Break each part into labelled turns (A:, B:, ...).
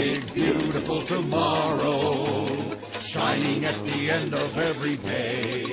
A: beautiful tomorrow, shining at the end of every day.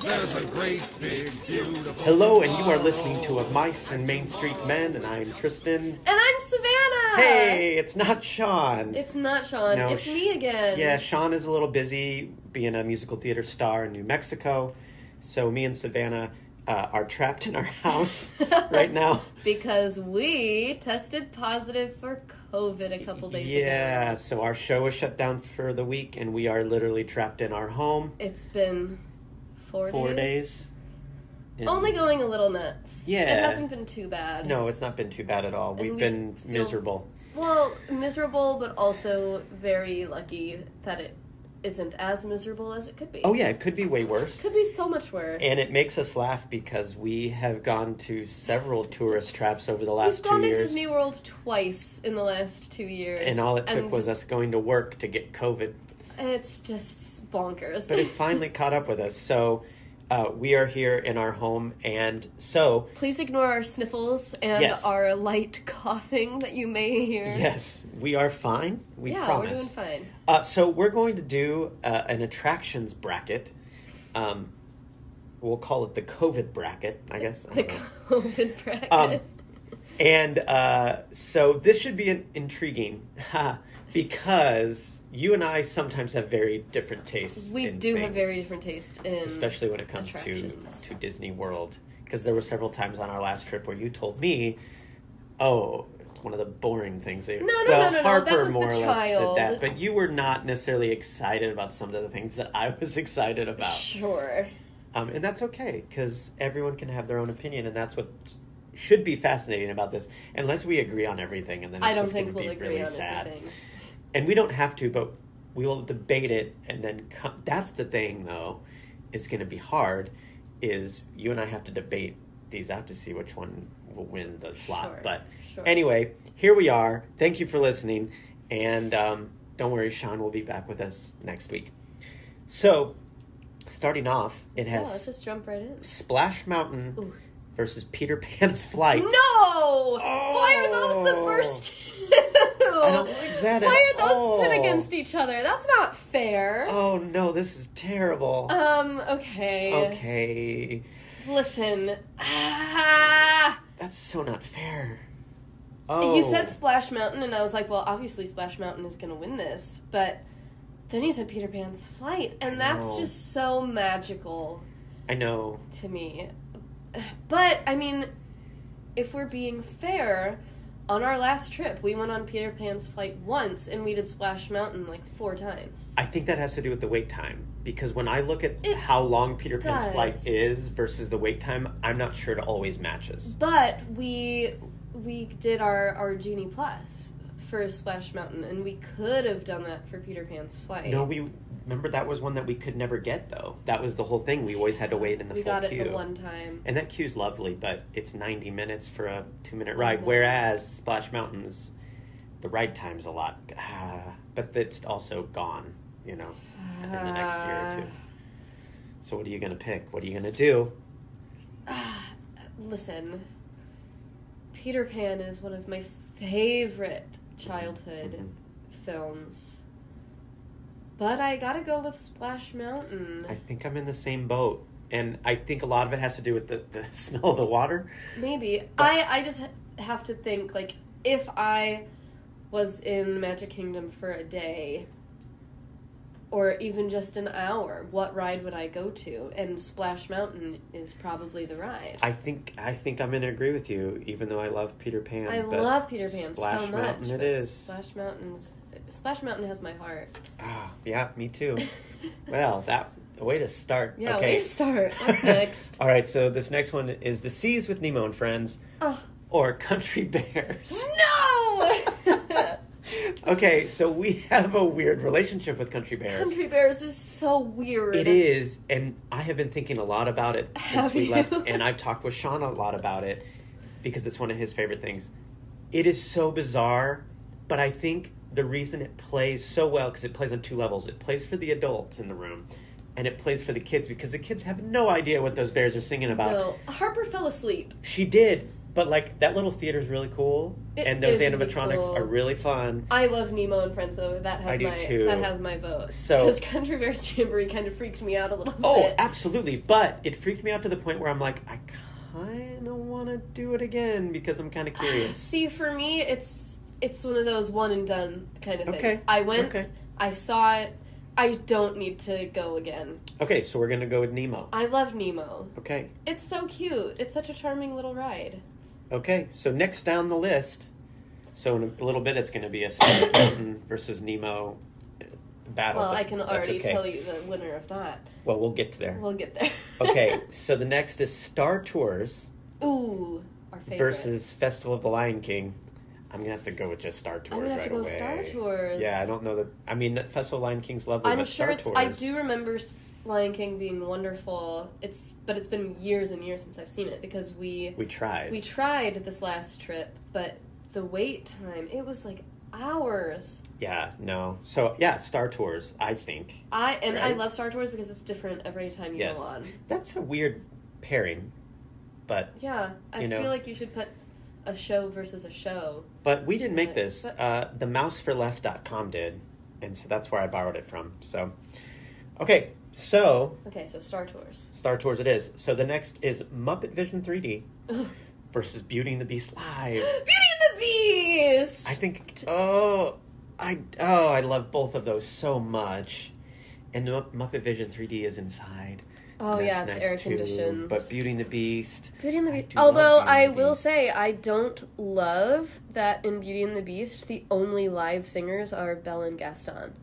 A: There's a great big beautiful.
B: Hello, and you are listening to Of Mice and Main Street Men, and I am Tristan.
C: And I'm Savannah.
B: Hey, it's not Sean.
C: It's not Sean.
B: No,
C: it's
B: sh-
C: me again.
B: yeah, Sean is a little busy being a musical theater star in New Mexico, so me and Savannah uh, are trapped in our house right now.
C: Because we tested positive for COVID a couple days
B: yeah,
C: ago.
B: so our show is shut down for the week, and we are literally trapped in our home
C: It's been four,
B: four
C: days.
B: days. And-
C: Only going a little nuts. It
B: Yeah.
C: hasn't been too bad.
B: No, it's not been too bad at all. We've
C: we
B: been
C: feel-
B: miserable.
C: Well, miserable, but also very lucky that it isn't as miserable as it could be.
B: Oh, yeah, it could be way worse.
C: Could be so much worse.
B: And it makes us laugh because we have gone to several tourist traps over the
C: We've
B: last
C: gone
B: two
C: to
B: years.
C: Disney World twice in the last two years.
B: and all it took
C: and
B: was us going to work to get COVID.
C: It's just bonkers.
B: But it finally caught up with us. So uh, we are here in our home. And so,
C: Please ignore our sniffles and
B: Yes.
C: our light coughing that you may hear.
B: yes, we are fine. We
C: yeah,
B: promise.
C: we're doing fine.
B: Uh, so we're going to do uh, an attractions bracket. Um, we'll call it the COVID bracket, I guess. I
C: The
B: don't know.
C: COVID bracket.
B: Um, And uh, so this should be an intriguing ha, because you and I sometimes have very different tastes.
C: we
B: in
C: do have
B: things,
C: very different taste in
B: especially when it comes to
C: attractions.
B: to Disney World. Because there were several times on our last trip where you told me, "Oh, it's one of the boring things." They,
C: No, no,
B: well,
C: no, no, no, that
B: Harper
C: was the
B: more or less said
C: child.
B: that, but you were not necessarily excited about some of the things that I was excited about,
C: Sure.
B: um, and that's okay because everyone can have their own opinion, and that's what should be fascinating about this. Unless we agree on everything, and then it's
C: I don't
B: just
C: think
B: going to
C: we'll
B: be
C: agree
B: really
C: on
B: sad
C: everything.
B: and we don't have to, but we will debate it, and then come, that's the thing, though. It's going to be hard. Is you and I have to debate these out to see which one will win the slot.
C: Sure,
B: but
C: sure.
B: anyway, here we are. Thank you for listening, and um, don't worry, Sean will be back with us next week. So, starting off, it
C: Yeah, let's
B: has
C: just jump right in.
B: Splash Mountain
C: Ooh.
B: versus Peter Pan's Flight.
C: No! Why are those the first two?
B: I Oh. don't like that at
C: Why are those
B: all.
C: pit against each other? That's not fair.
B: Oh no, this is terrible.
C: um, okay.
B: okay.
C: Listen. Ah!
B: That's so not fair. Oh,
C: You said Splash Mountain, and I was like, well, obviously Splash Mountain is going to win this. But then you said Peter Pan's Flight, and
B: I
C: that's
B: know.
C: just so magical
B: I know.
C: to me. But, I mean, if we're being fair, on our last trip, we went on Peter Pan's Flight once, and we did Splash Mountain like four times.
B: I think that has to do with the wait time because when I look at
C: It
B: how long Peter Pan's flight
C: does.
B: is versus the wait time, I'm not sure it always matches.
C: But we we did our, our Genie Plus for Splash Mountain, and we could have done that for Peter Pan's Flight.
B: No, we remember that was one that we could never get though. That was the whole thing. We always had to wait in the
C: we
B: full
C: got it
B: queue.
C: the one time.
B: And that queue's lovely, but it's 90 minutes for a two minute ride.
C: Mhm.
B: Whereas Splash Mountains, the ride time's a lot. Ah, but it's also gone, you know, in the next year or two. So what are you going to pick? What are you going to do?
C: Ah, listen, Peter Pan is one of my favorite childhood
B: Mhm.
C: films. But I gotta go with Splash Mountain.
B: I think I'm in the same boat. And I think a lot of it has to do with the, the smell of the water.
C: Maybe. I, I just ha- have to think, like, if I was in Magic Kingdom for a day or even just an hour, what ride would I go to? And Splash Mountain is probably the ride.
B: I think I think I'm going to agree with you, even though I love Peter Pan.
C: I
B: but
C: love Peter Pan
B: Splash
C: so much.
B: Mountain it
C: but
B: is.
C: Splash Mountain's Splash Mountain has my heart.
B: Ah, yeah, me too. well, that way to start.
C: yeah,
B: okay.
C: we start. What's next?
B: All right, so this next one is The Seas with Nemo and Friends
C: oh,
B: or Country Bears.
C: no!
B: okay, so we have a weird relationship with Country Bears.
C: Country Bears is so weird.
B: It is, and I have been thinking a lot about it since
C: Have
B: we
C: you?
B: left, and I've talked with Sean a lot about it because it's one of his favorite things. It is so bizarre, but I think the reason it plays so well because it plays on two levels. It plays for the adults in the room, and it plays for the kids because the kids have no idea what those bears are singing about.
C: No, Harper fell asleep.
B: She did, But like that little theater is really cool,
C: It
B: and those
C: is really
B: animatronics
C: cool.
B: are really fun.
C: I love Nemo and Friends though. That has
B: I do
C: my
B: too.
C: that has my vote.
B: So-
C: because Controversy Jamboree kind of freaks me out a little
B: Oh,
C: bit.
B: absolutely! But it freaked me out to the point where I'm like, I kind of want to do it again because I'm kind of curious.
C: See, for me, it's it's one of those one and done kind of
B: Okay.
C: things. I went,
B: Okay.
C: I saw it. I don't need to go again.
B: okay, so we're gonna go with Nemo.
C: I love Nemo.
B: Okay,
C: It's so cute. It's such a charming little ride.
B: okay. So next down the list, so in a little bit, it's gonna be a Space Mountain versus Nemo uh, battle.
C: well,
B: but
C: I can
B: that's
C: already
B: okay.
C: tell you the winner of that.
B: Well, we'll get to there.
C: We'll get there.
B: okay, so the next is Star Tours
C: Ooh, our favorite.
B: versus Festival of the Lion King. I'm gonna have to go with just Star Tours
C: I'm gonna have
B: right
C: to go
B: away.
C: with Star Tours.
B: Yeah, I don't know that. I mean, that Festival of Lion King's lovely,
C: I'm
B: but
C: sure
B: Star
C: it's.
B: Tours.
C: I do remember S- Lion King being wonderful. It's but it's been years and years since I've seen it because we
B: We tried.
C: we tried this last trip, but the wait time it was like hours.
B: yeah, no. So yeah, Star Tours. I think
C: I and I
B: Right.
C: love Star Tours because it's different every time you
B: Yes.
C: go on.
B: that's a weird pairing, but
C: Yeah, I
B: You know.
C: feel like you should put a show versus a show.
B: but we didn't make
C: But-
B: this.
C: but-
B: Uh, the MouseForLess.com did, and so that's where I borrowed it from. So, okay, so
C: Okay, so Star Tours.
B: Star Tours it is. So the next is Muppet Vision 3D
C: Beauty
B: versus Beauty and the Beast live.
C: and the Beast.
B: I think oh I oh I love both of those so much. And the Mu- Muppet Vision 3D is inside.
C: oh
B: and
C: yeah,
B: that's
C: it's
B: nice
C: air
B: too.
C: conditioned.
B: But Beauty and the Beast.
C: Beauty and the
B: I
C: Beast.
B: do love
C: Although
B: Beauty and
C: I
B: the
C: will
B: Beast.
C: say I don't love that in Beauty and the Beast the only live singers are Belle and Gaston.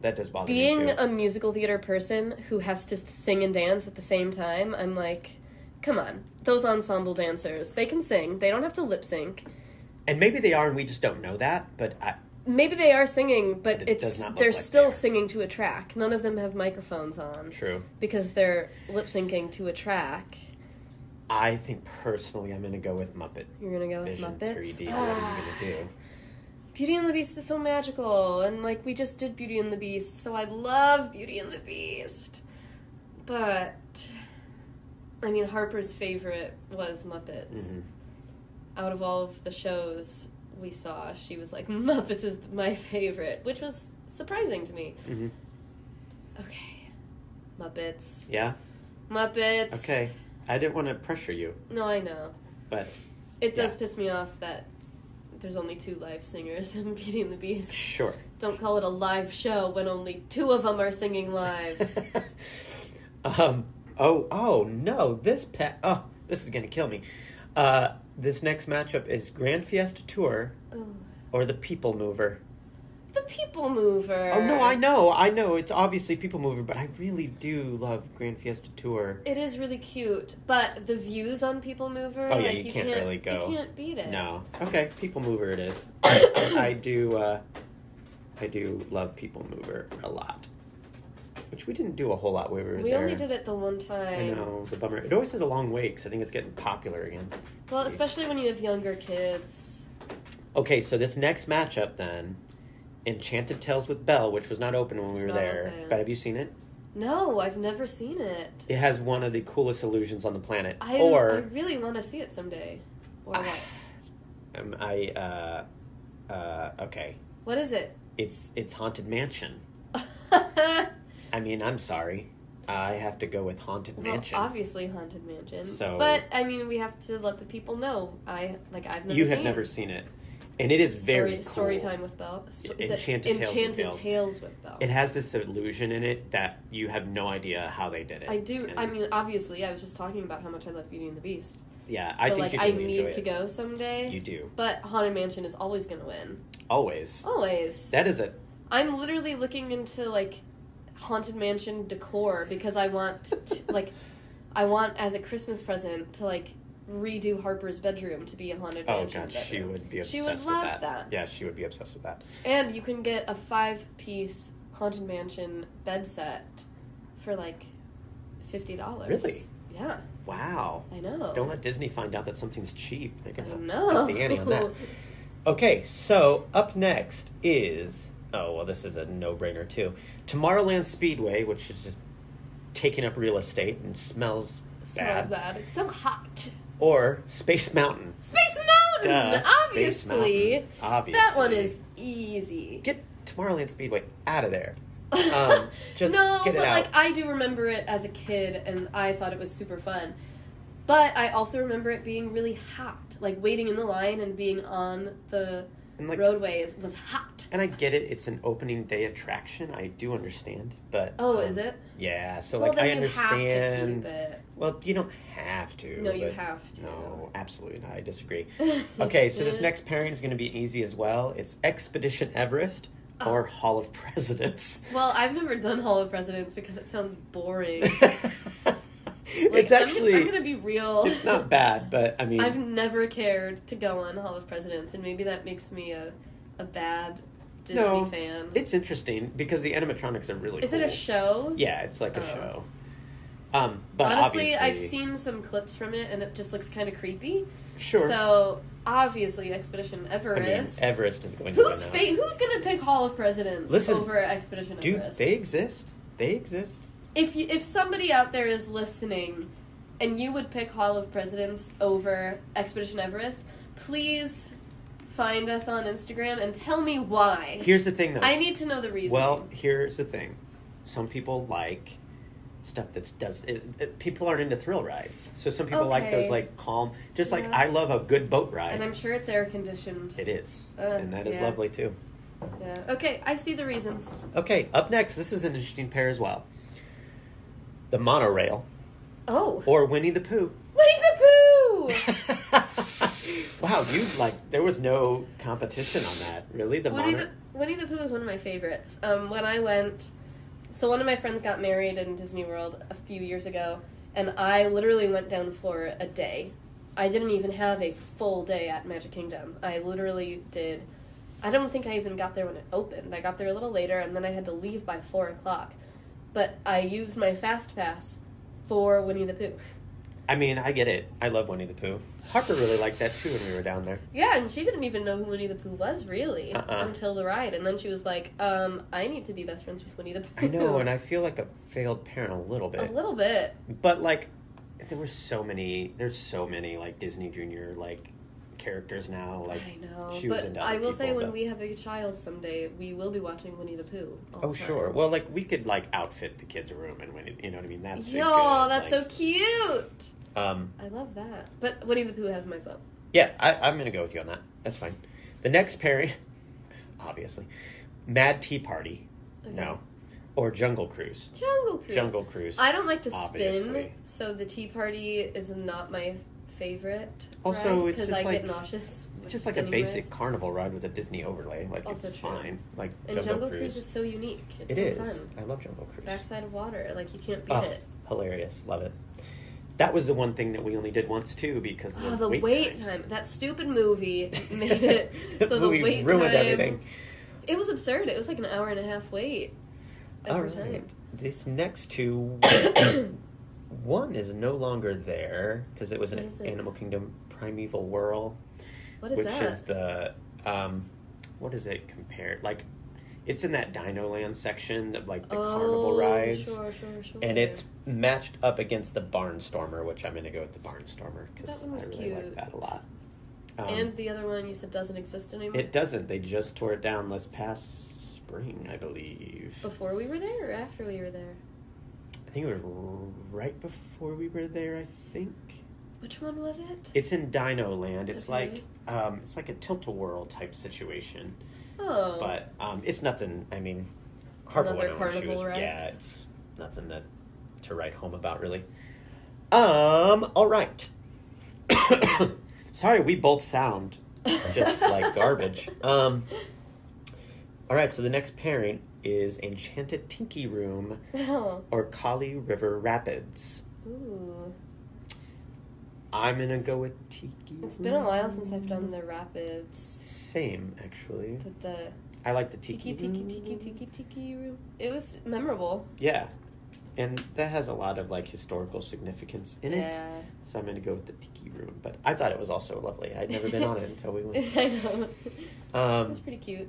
B: that does bother Oh, me
C: Being
B: too.
C: a musical theater person who has to sing and dance at the same time, I'm like, come on. Those ensemble dancers, they can sing. They don't have to lip sync.
B: and maybe they are, and we just don't know that. But I,
C: Maybe they are singing, but
B: But it
C: it's
B: does not look
C: they're
B: like they
C: still
B: are.
C: singing to a track. None of them have microphones on
B: true.
C: because they're lip syncing to a track.
B: I think personally, I'm going to go with Muppet
C: You're gonna go with
B: Vision
C: Muppets.
B: 3D. What
C: Ah.
B: are you going to do?
C: Beauty and the Beast is so magical, and like we just did Beauty and the Beast, so I love Beauty and the Beast. But I mean, Harper's favorite was Muppets.
B: Mhm.
C: Out of all of the shows we saw, she was like, Muppets is my favorite, which was surprising to me.
B: Mhm.
C: Okay. Muppets.
B: Yeah.
C: Muppets.
B: Okay. I didn't want to pressure you,
C: No, I know.
B: but
C: It does
B: Yeah.
C: piss me off that there's only two live singers in Beauty and the Beast.
B: sure.
C: Don't call it a live show when only two of them are singing live.
B: um. Oh. Oh no. This pet. Oh, this is gonna kill me. Uh, this next matchup is Grand Fiesta Tour
C: oh,
B: or the People Mover.
C: the People Mover.
B: Oh no, I know, I know. It's obviously People Mover, but I really do love Grand Fiesta Tour.
C: It is really cute, but the views on People Mover.
B: Oh, yeah,
C: like,
B: you can't really go.
C: You can't beat it.
B: No. Okay, People Mover it is. I, I do. Uh, I do love People Mover a lot, which we didn't do a whole lot. when We were
C: We
B: there.
C: only did it the one
B: I
C: time.
B: know it was a bummer. It always has a long wait because I think it's getting popular again.
C: Well, especially when you have younger kids.
B: Okay, so this next matchup then, Enchanted Tales with Belle, which was not open when we
C: It's
B: were
C: not
B: there.
C: open.
B: But have you seen it?
C: No, I've never seen it.
B: It has one of the coolest illusions on the planet.
C: I, I
B: or
C: really want to see it someday. Or what?
B: um, I, uh, uh, okay,
C: what is it?
B: it's it's Haunted Mansion. I mean, I'm sorry, I have to go with Haunted
C: Well,
B: Mansion.
C: obviously haunted mansion.
B: So-
C: but I mean, we have to let the people know. I like I've never
B: you
C: seen
B: have never seen it, and it is very cool.
C: story, story time with Belle. So- is it
B: Enchanted Tales with
C: Enchanted
B: Belle.
C: Tales with Belle.
B: It has this illusion in it that you have no idea how they did it.
C: I do.
B: And,
C: I mean, obviously, I was just talking about how much I love Beauty and the Beast.
B: yeah,
C: So
B: I think
C: like,
B: you
C: I
B: can really
C: need
B: enjoy
C: to
B: it.
C: go someday.
B: You do
C: But haunted mansion is always going to win.
B: always.
C: Always.
B: That is a
C: I'm literally looking into like haunted mansion decor because I want to, like I want as a Christmas present to like redo Harper's bedroom to be a haunted
B: Oh
C: mansion.
B: god, she
C: bedroom.
B: would be obsessed
C: She would
B: with
C: love
B: that.
C: that.
B: Yeah, she would be obsessed with that.
C: And you can get a five piece Haunted Mansion bed set for like fifty dollars.
B: Really?
C: Yeah,
B: Wow.
C: I know.
B: Don't let Disney find out that something's cheap. They're
C: I
B: gonna
C: know.
B: up the ante on that. Okay, so up next is oh well, this is a no-brainer too. Tomorrowland Speedway, which is just taking up real estate and smells
C: Smells
B: bad.
C: bad. It's so hot.
B: or Space Mountain.
C: Space
B: Duh,
C: Mountain,
B: Space
C: obviously.
B: Mountain, obviously.
C: That one is easy.
B: Get Tomorrowland Speedway out of there. Um, just
C: no,
B: get it
C: but
B: out.
C: like I do remember it as a kid, and I thought it was super fun. But I also remember it being really hot, like waiting in the line and being on the
B: And like,
C: roadway is, was hot.
B: and I get it. It's an opening day attraction. I do understand, but
C: Oh,
B: um,
C: is it?
B: Yeah. So
C: well,
B: like
C: then
B: I
C: you have to
B: understand.
C: keep it.
B: Well, you don't have to.
C: No, you
B: but-
C: have to.
B: No, absolutely not. I disagree. Okay, so this next pairing is going to be easy as well. It's Expedition Everest or Hall of Presidents.
C: Oh. Well, I've never done Hall of Presidents because it sounds boring. Like,
B: it's
C: I'm-
B: actually
C: I'm, gonna be real.
B: it's not bad, but I mean
C: I've never cared to go on Hall of Presidents, and maybe that makes me a, a bad Disney
B: No,
C: fan.
B: it's interesting because the animatronics are really
C: Is
B: cool.
C: it a show?
B: Yeah, it's like a
C: Oh.
B: show. Um, but
C: Honestly,
B: obviously,
C: I've seen some clips from it, and it just looks kind of creepy.
B: sure.
C: So obviously, Expedition
B: I mean,
C: Everest.
B: Everest is going to
C: Who's
B: win
C: fa-
B: out.
C: Who's gonna pick Hall of Presidents
B: Listen,
C: over Expedition
B: Dude,
C: Everest?
B: they exist. They exist.
C: if you, if somebody out there is listening, and you would pick Hall of Presidents over Expedition Everest, please find us on Instagram and tell me why.
B: Here's the thing, though.
C: I need to know the reason.
B: Well, here's the thing. Some people like stuff that's does it, it- people aren't into thrill rides. So some people like those
C: Okay.
B: like calm just like
C: Yeah.
B: I love a good boat ride.
C: and I'm sure it's air conditioned.
B: it is.
C: Uh,
B: and that is
C: yeah.
B: lovely too.
C: Yeah. Okay, I see the reasons.
B: Okay, up next, this is an interesting pair as well. The monorail
C: Oh,
B: or Winnie the Pooh.
C: Winnie the Pooh.
B: wow, you like there was no competition on that, really? The
C: Winnie the,
B: monorail.
C: Winnie the Pooh is one of my favorites. Um, when I went, so one of my friends got married in Disney World a few years ago, and I literally went down for a day. I didn't even have a full day at Magic Kingdom. I literally did. I don't think I even got there when it opened. I got there a little later, and then I had to leave by four o'clock. But I used my fast pass for Winnie the Pooh.
B: I mean, I get it. I love Winnie the Pooh. Harper really liked that too when we were down there.
C: Yeah, and she didn't even know who Winnie the Pooh was really
B: Uh-uh.
C: until the ride, and then she was like, um, "I need to be best friends with Winnie the Pooh."
B: I know, and I feel like a failed parent a little bit.
C: a little bit.
B: But like, there were so many. There's so many like Disney Junior like characters now. Like,
C: I know,
B: she was
C: but
B: into
C: I
B: other
C: will say
B: people,
C: when
B: but-
C: we have a child someday, we will be watching Winnie the Pooh. all
B: Oh
C: the time.
B: sure. Well, like we could like outfit the kids' room and when it, you know what I mean. That's a
C: Yo,
B: good,
C: that's
B: like,
C: so cute.
B: Um,
C: I love that. But Winnie the Pooh has my vote.
B: yeah, I, I'm gonna go with you on that. That's fine. The next pairing, obviously, Mad Tea Party.
C: Okay.
B: No, or Jungle Cruise.
C: Jungle Cruise.
B: Jungle Cruise.
C: I don't like to
B: Obviously.
C: spin, so the Tea Party is not my favorite.
B: Also, it's
C: because
B: just
C: I
B: like-
C: get nauseous. with
B: It's just like a
C: spinning
B: basic
C: rides.
B: carnival ride with a Disney overlay. Like
C: Also
B: it's
C: true.
B: fine. Like
C: And Jungle, Cruise. is so unique. It's
B: It
C: so
B: is.
C: fun.
B: I love Jungle Cruise.
C: Backside of water, like you can't beat
B: Oh,
C: it.
B: hilarious. Love it. That was the one thing that we only did once too because of
C: Oh,
B: the
C: the wait,
B: wait, times.
C: time. That stupid movie made it so the
B: We
C: wait
B: ruined
C: time.
B: everything.
C: It was absurd. It was like an hour and a half wait
B: All
C: every
B: right.
C: time.
B: This next two, one is no longer there because it was
C: What
B: an
C: is it?
B: Animal Kingdom Primeval Whirl,
C: What is
B: which
C: that?
B: is the um, what is it compared? Like, it's in that Dino Land section of like the carnival
C: Oh,
B: rides.
C: Sure, sure, sure.
B: And it's matched up against the Barnstormer, which I'm going to go with the Barnstormer because
C: That
B: I
C: one was
B: really like
C: cute.
B: that a lot. Um,
C: and the other one you said doesn't exist anymore.
B: it doesn't. They just tore it down last past spring, I believe.
C: Before we were there or after we were there?
B: I think it was r- right before we were there. I think
C: Which one was it?
B: it's in Dino Land. It's
C: Okay.
B: like um, it's like a tilt-a-whirl type situation,
C: Oh,
B: but um, it's nothing. I mean, Harper
C: Another
B: went on when she
C: carnival
B: was-
C: ride?
B: Yeah, it's nothing that to write home about really. Um. All right. Sorry, we both sound just like garbage. Um. All right. So the next pairing is Enchanted Tinky Room
C: Oh.
B: or Kali River Rapids.
C: Ooh.
B: I'm gonna go with Tiki.
C: It's been a while since I've done the rapids,
B: Same, actually.
C: but the
B: I like the Tiki.
C: tiki tiki tiki tiki tiki room. It was memorable.
B: Yeah, and that has a lot of like historical significance in it.
C: yeah.
B: So I'm gonna go with the Tiki Room. But I thought it was also lovely. I'd never been on it until we went.
C: I know. It
B: Um,
C: was pretty cute.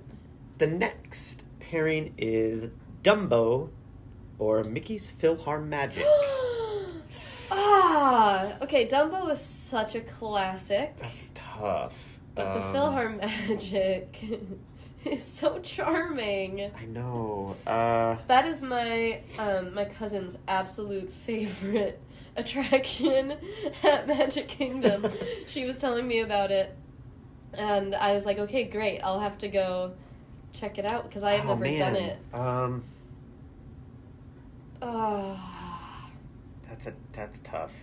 B: the next pairing is Dumbo, or Mickey's Philhar Magic.
C: ah, Okay, Dumbo is such a classic,
B: That's tough.
C: but the
B: Um,
C: Philhar Magic is so charming.
B: I know. Uh,
C: That is my um, my cousin's absolute favorite attraction at Magic Kingdom. she was telling me about it, and I was like, okay, great. I'll have to go check it out because I had
B: oh,
C: never
B: man.
C: done it.
B: Um,
C: Oh,
B: that's a that's tough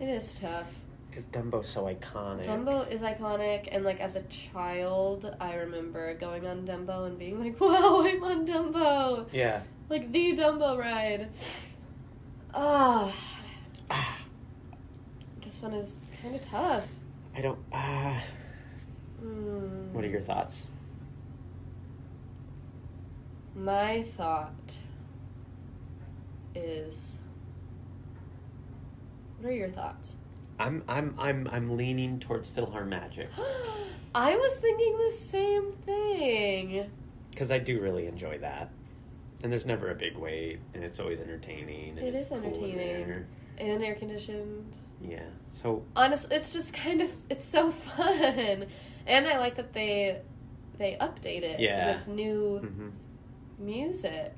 C: it is tough.
B: because Dumbo's so iconic.
C: Dumbo is iconic, and like as a child, I remember going on Dumbo and being like, "Wow, I'm on Dumbo!"
B: Yeah.
C: Like the Dumbo ride. Ah,
B: Ah,
C: this one is kind of tough.
B: I don't. Uh,
C: Hmm.
B: what are your thoughts?
C: My thought is. What are your thoughts?
B: I'm I'm I'm I'm leaning towards Philhar Magic
C: I was thinking the same thing.
B: because I do really enjoy that, and there's never a big wait, and it's always entertaining. And
C: It
B: it's
C: is
B: cool in
C: entertaining.
B: there.
C: And air conditioned.
B: Yeah. So
C: honestly it's just kind of it's so fun and i like that they they update it
B: Yeah.
C: with new
B: mhm.
C: music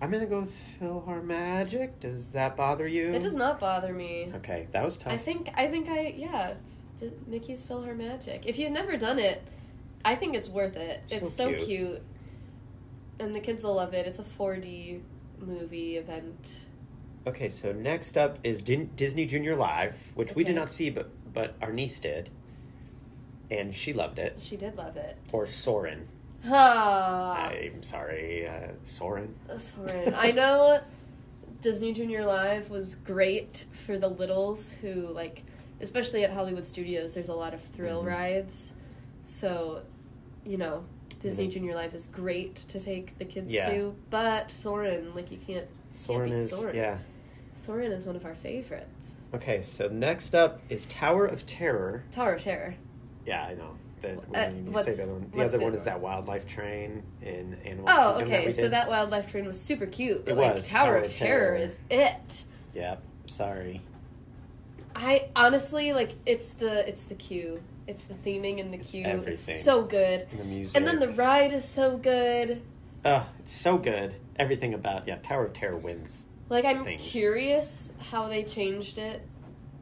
B: I'm gonna go with Philhar Magic. Does that bother you?
C: it does not bother me
B: Okay, that was tough.
C: i think i think i yeah D- mickey's fill her magic if you've never done it i think it's worth it
B: So
C: it's so
B: cute.
C: cute. and the kids will love it it's a 4d movie event
B: Okay, so next up is Din- Disney Junior Live, which we did
C: Okay.
B: not see, but but our niece did, and she loved it.
C: she did love it
B: Or Soren.
C: Ah.
B: I'm sorry, uh, Soren.
C: That's right. I know Disney Junior Live was great for the littles who like especially at Hollywood Studios there's a lot of thrill
B: Mhm.
C: rides. So, you know, Disney
B: Mhm.
C: Junior Live is great to take the kids
B: Yeah.
C: to, but Soren, like you can't
B: Soren
C: beat
B: is
C: Soren.
B: yeah.
C: Soren is one of our favorites.
B: Okay, so next up is Tower of Terror.
C: Tower of Terror.
B: Yeah, I know. The, when
C: Uh,
B: you
C: what's-
B: say that one. The
C: what's
B: other
C: the
B: one is
C: other
B: that wildlife train in Animal
C: Oh,
B: Kingdom
C: okay.
B: we
C: So
B: did.
C: that wildlife train was super cute. But
B: It
C: like
B: was.
C: Tower,
B: Tower
C: of
B: of
C: Terror
B: Terror.
C: is it.
B: Yep. Sorry.
C: I honestly like it's the it's the queue. It's the theming and the
B: It's
C: queue.
B: everything.
C: It's so good.
B: And the music.
C: And then the ride is so good.
B: Oh, it's so good. Everything about yeah. Tower of Terror wins.
C: Like I'm
B: Things.
C: curious how they changed it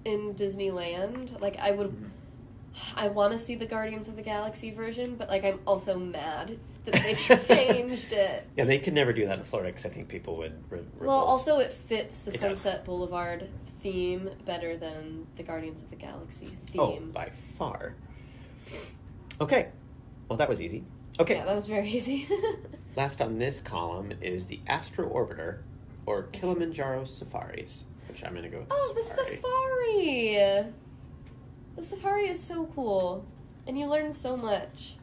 C: in Disneyland. Like I would
B: Mm-hmm.
C: I want to see the Guardians of the Galaxy version, but like I'm also mad that they changed it.
B: Yeah, they could never do that in Florida because I think people would. Re-
C: Well,
B: revolt.
C: also it fits the
B: It does.
C: Sunset Boulevard theme better than the Guardians of the Galaxy
B: Oh,
C: theme.
B: by far. Okay. Well, that was easy. Okay.
C: Yeah, that was very easy.
B: Last on this column is the Astro Orbiter or Kilimanjaro Safaris, which I'm going to go with.
C: Oh, the safari! The safari is so cool, and you learn so much.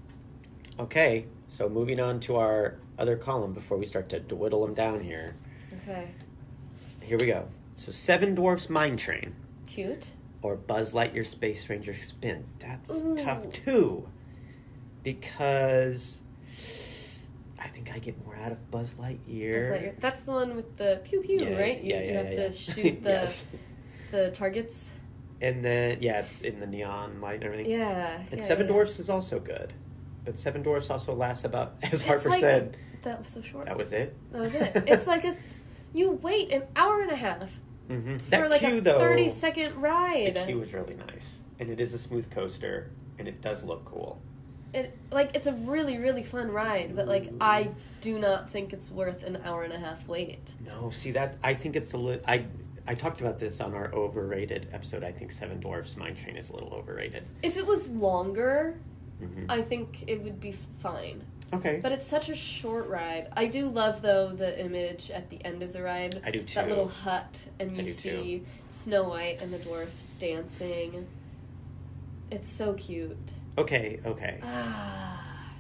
B: Okay, so moving on to our other column before we start to whittle them down here.
C: Okay,
B: Here we go. So, Seven Dwarfs Mine Train
C: cute.
B: or Buzz Lightyear Space Ranger Spin. That's
C: Ooh.
B: tough too, because I think I get more out of Buzz Lightyear.
C: That's, like- that's the one with the pew pew,
B: Yeah,
C: right? You,
B: yeah,
C: you
B: yeah,
C: have
B: yeah,
C: to
B: yeah.
C: shoot the
B: Yes.
C: the targets.
B: And then yeah, it's in the neon light and everything.
C: Yeah.
B: And
C: yeah,
B: Seven
C: yeah, yeah.
B: Dwarfs is also good, but Seven Dwarfs also lasts about as
C: It's
B: Harper
C: like-
B: said.
C: That was so short.
B: That was it.
C: That was it. It's like a you wait an hour and a half
B: Mhm. that
C: for like
B: queue
C: a
B: though.
C: thirty second ride.
B: The queue was really nice, and it is a smooth coaster, and it does look cool.
C: It like it's a really really fun ride, but like I do not think it's worth an hour and a half wait.
B: No, see that I think it's a little. I I talked about this on our overrated episode. I think Seven Dwarfs Mine Train is a little overrated.
C: If it was longer,
B: Mhm.
C: I think it would be f- fine.
B: Okay,
C: But it's such a short ride. I do love though the image at the end of the ride.
B: I do
C: That
B: too.
C: little hut, and
B: I
C: you
B: do
C: see Snow White and the dwarfs dancing. It's so cute.
B: okay, okay,
C: Ah,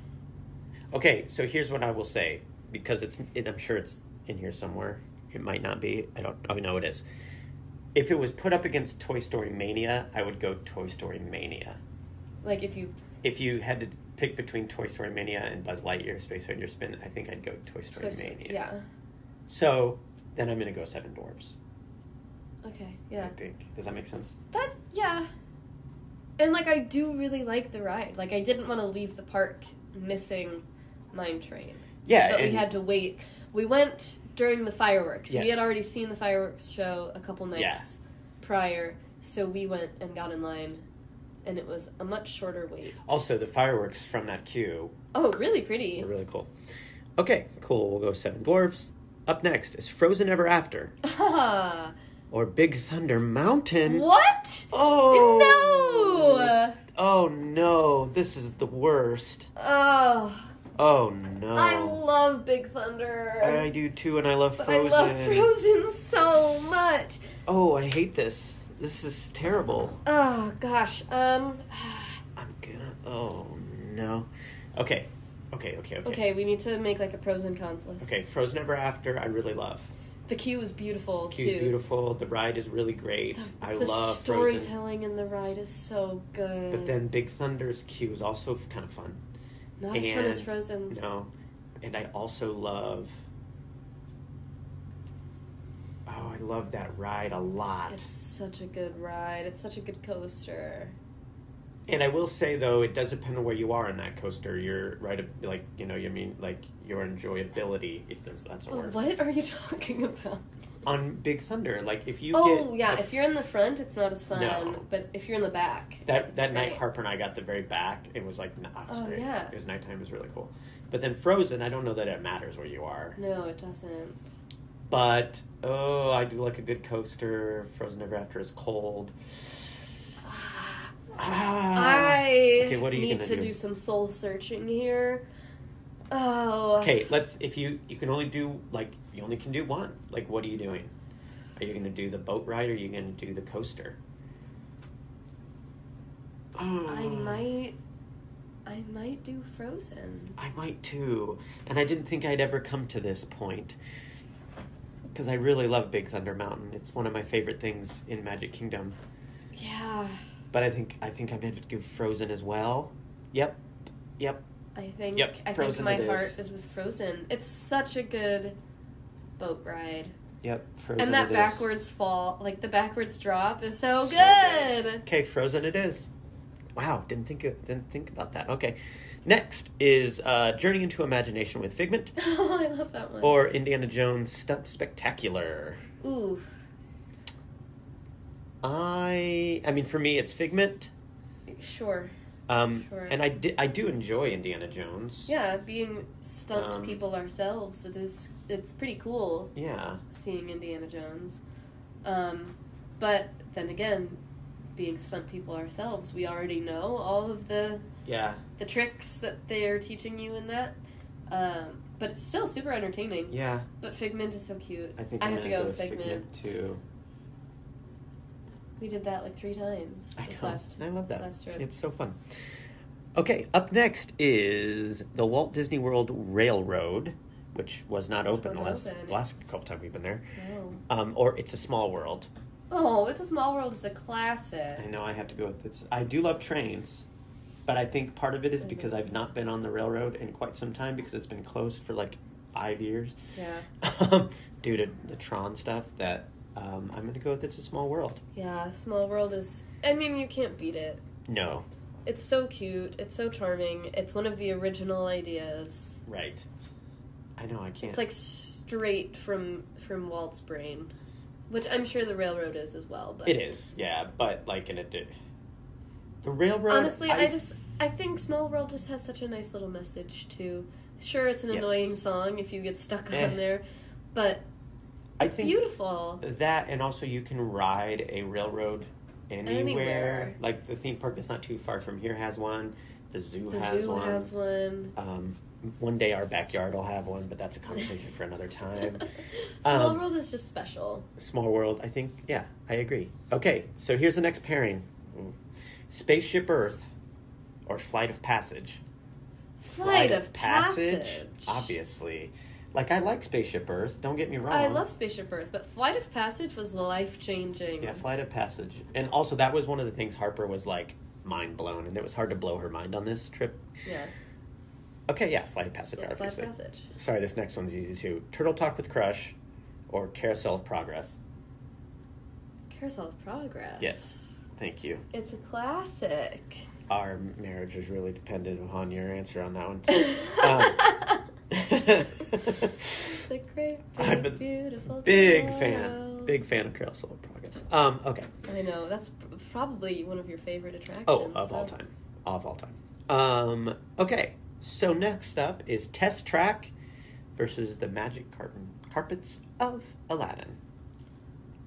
B: okay. So here's what I will say because it's. It, I'm sure it's in here somewhere. It might not be. I don't. Oh no, it is. If it was put up against Toy Story Mania, I would go Toy Story Mania.
C: like if you
B: If you had to pick between Toy Story Mania and Buzz Lightyear Space Ranger Spin, I think I'd go Toy Story
C: twist,
B: Mania.
C: yeah.
B: So then I'm gonna go Seven Dwarfs.
C: Okay, yeah.
B: I think. Does that make sense?
C: That yeah. And like I do really like the ride. Like I didn't want to leave the park missing Mine Train.
B: Yeah.
C: but we
B: and-
C: had to wait. We went during the fireworks. We
B: Yes.
C: had already seen the fireworks show a couple nights
B: Yeah.
C: prior, so we went and got in line, and it was a much shorter wait.
B: also, the fireworks from that queue
C: oh, really pretty.
B: were really cool. Okay, cool. We'll go Seven Dwarfs. Up next is Frozen Ever After or Big Thunder Mountain.
C: what?
B: Oh
C: No.
B: Oh no! This is the worst.
C: Oh,
B: Oh no!
C: I love Big Thunder.
B: I do too, and I love
C: but
B: Frozen.
C: I love Frozen so much.
B: Oh, I hate this. This is terrible.
C: Oh gosh. Um.
B: I'm gonna. Oh no. Okay. Okay. Okay. Okay.
C: Okay, we need to make like a pros and cons list.
B: Okay, Frozen Ever After, I really love.
C: The queue is beautiful
B: Cue's
C: too.
B: beautiful. The ride is really great. I
C: the
B: love Frozen.
C: storytelling in the ride is so good.
B: But then Big Thunder's queue is also kind of fun.
C: not as fun as
B: and-
C: Frozen's.
B: No, and I also love. Oh, I love that ride a lot.
C: It's such a good ride. It's such a good coaster.
B: And I will say though, it does depend on where you are in that coaster. Your right, like you know, you mean like your enjoyability, if there's, that's a
C: Oh,
B: word.
C: what are you talking about?
B: On Big Thunder, like if you
C: oh
B: get
C: yeah,
B: a
C: if you're in the front, it's not as fun.
B: No.
C: But if you're in the back,
B: That
C: it's
B: that night,
C: great.
B: Harper and I got the very back. It was like, nah, it was
C: Oh,
B: great.
C: yeah.
B: It was nighttime. It was really cool. But then Frozen, I don't know that it matters where you are.
C: No, it doesn't.
B: But oh, I do like a good coaster. Frozen Ever After is cold. Ah.
C: I
B: Um, Okay, what are you
C: need
B: gonna
C: to
B: do?
C: do some soul searching here. Oh.
B: Okay, let's. If you you can only do like you only can do one. Like, what are you doing? Are you going to do the boat ride? or Are you going to do the coaster? Oh.
C: I might. I might do Frozen.
B: I might too. And I didn't think I'd ever come to this point. Because I really love Big Thunder Mountain. It's one of my favorite things in Magic Kingdom.
C: Yeah.
B: But I think I think I'm going to do Frozen as well. Yep. Yep.
C: I think
B: Yep,
C: I think
B: Frozen
C: my
B: it
C: heart
B: is.
C: is. with Frozen. It's such a good boat ride.
B: Yep. Frozen
C: and that
B: it is.
C: backwards fall, like the backwards drop is so,
B: So
C: good.
B: Okay, Frozen it is. Wow, didn't think of, didn't think about that. Okay. Next is uh, Journey into Imagination with Figment
C: oh, I love that one.
B: or Indiana Jones Stunt Spectacular.
C: Ooh.
B: I I mean for me it's Figment.
C: Sure.
B: Um,
C: Sure.
B: And I, di- I do enjoy Indiana Jones.
C: Yeah, being stunt
B: Um,
C: people ourselves, it is it's pretty cool
B: Yeah.
C: seeing Indiana Jones. Um, but then again, being stunt people ourselves, we already know all of the
B: Yeah.
C: the tricks that they're teaching you in that. Um, but it's still super entertaining.
B: Yeah.
C: But Figment is so cute.
B: I think
C: I
B: I'm
C: have to
B: gonna
C: go
B: go
C: with Figment.
B: too.
C: We did that like three times
B: I
C: this
B: know.
C: last,
B: I love
C: this
B: that.
C: last trip.
B: It's so fun. Okay, up next is the Walt Disney World Railroad, which was not open the
C: was
B: last,
C: open.
B: last couple times we've been there.
C: No.
B: Um, or It's a Small World.
C: Oh, It's a Small World is a classic.
B: I know I have to go with this. I do love trains, but I think part of it is because
C: Mm-hmm.
B: I've not been on the railroad in quite some time because it's been closed for like five years.
C: Yeah.
B: um, due to the Tron stuff that um, I'm gonna go with It's a Small World.
C: Yeah, Small World is. I mean, you can't beat it.
B: No,
C: It's so cute. It's so charming. It's one of the original ideas.
B: right? I know I can't.
C: It's like straight from from Walt's brain, which I'm sure the railroad is as well. But
B: it is, yeah, but like in a di- the railroad.
C: Honestly, I, just I think Small World just has such a nice little message too. Sure, it's an
B: Yes.
C: annoying song if you get stuck
B: Eh.
C: on there, but
B: I
C: it's
B: think
C: beautiful.
B: that, and also you can ride a railroad anywhere.
C: Anywhere.
B: Like the theme park that's not too far from here has one. The zoo
C: The
B: has
C: zoo
B: one.
C: has one.
B: Um, one day our backyard will have one, but that's a conversation for another time.
C: Small
B: Um,
C: World is just special.
B: Small World, I think. Yeah, I agree. Okay, so here's the next pairing Spaceship Earth or Flight of Passage.
C: Flight, of passage.
B: Obviously. Like, I like Spaceship Earth, don't get me wrong.
C: I love Spaceship Earth, but Flight of Passage was life changing.
B: Yeah, Flight of Passage. And also, that was one of the things Harper was like mind blown, and it was hard to blow her mind on this trip.
C: yeah.
B: Okay, yeah, Flight of Passage,
C: yeah Flight of
B: obviously.
C: Passage.
B: Sorry, this next one's easy too. Turtle Talk with Crush or Carousel of Progress.
C: Carousel of Progress.
B: Yes. Thank you.
C: It's a classic.
B: Our marriage was really dependent upon your answer on that one.
C: it's a great,
B: I'm
C: big,
B: a
C: beautiful.
B: Big
C: girl.
B: fan. Big fan of Carousel of Progress. Um, okay.
C: I know that's pr- probably one of your favorite attractions.
B: Oh, of all
C: huh?
B: time. Of all time. Um, okay. So next up is Test Track versus the Magic Carton Carpets of Aladdin.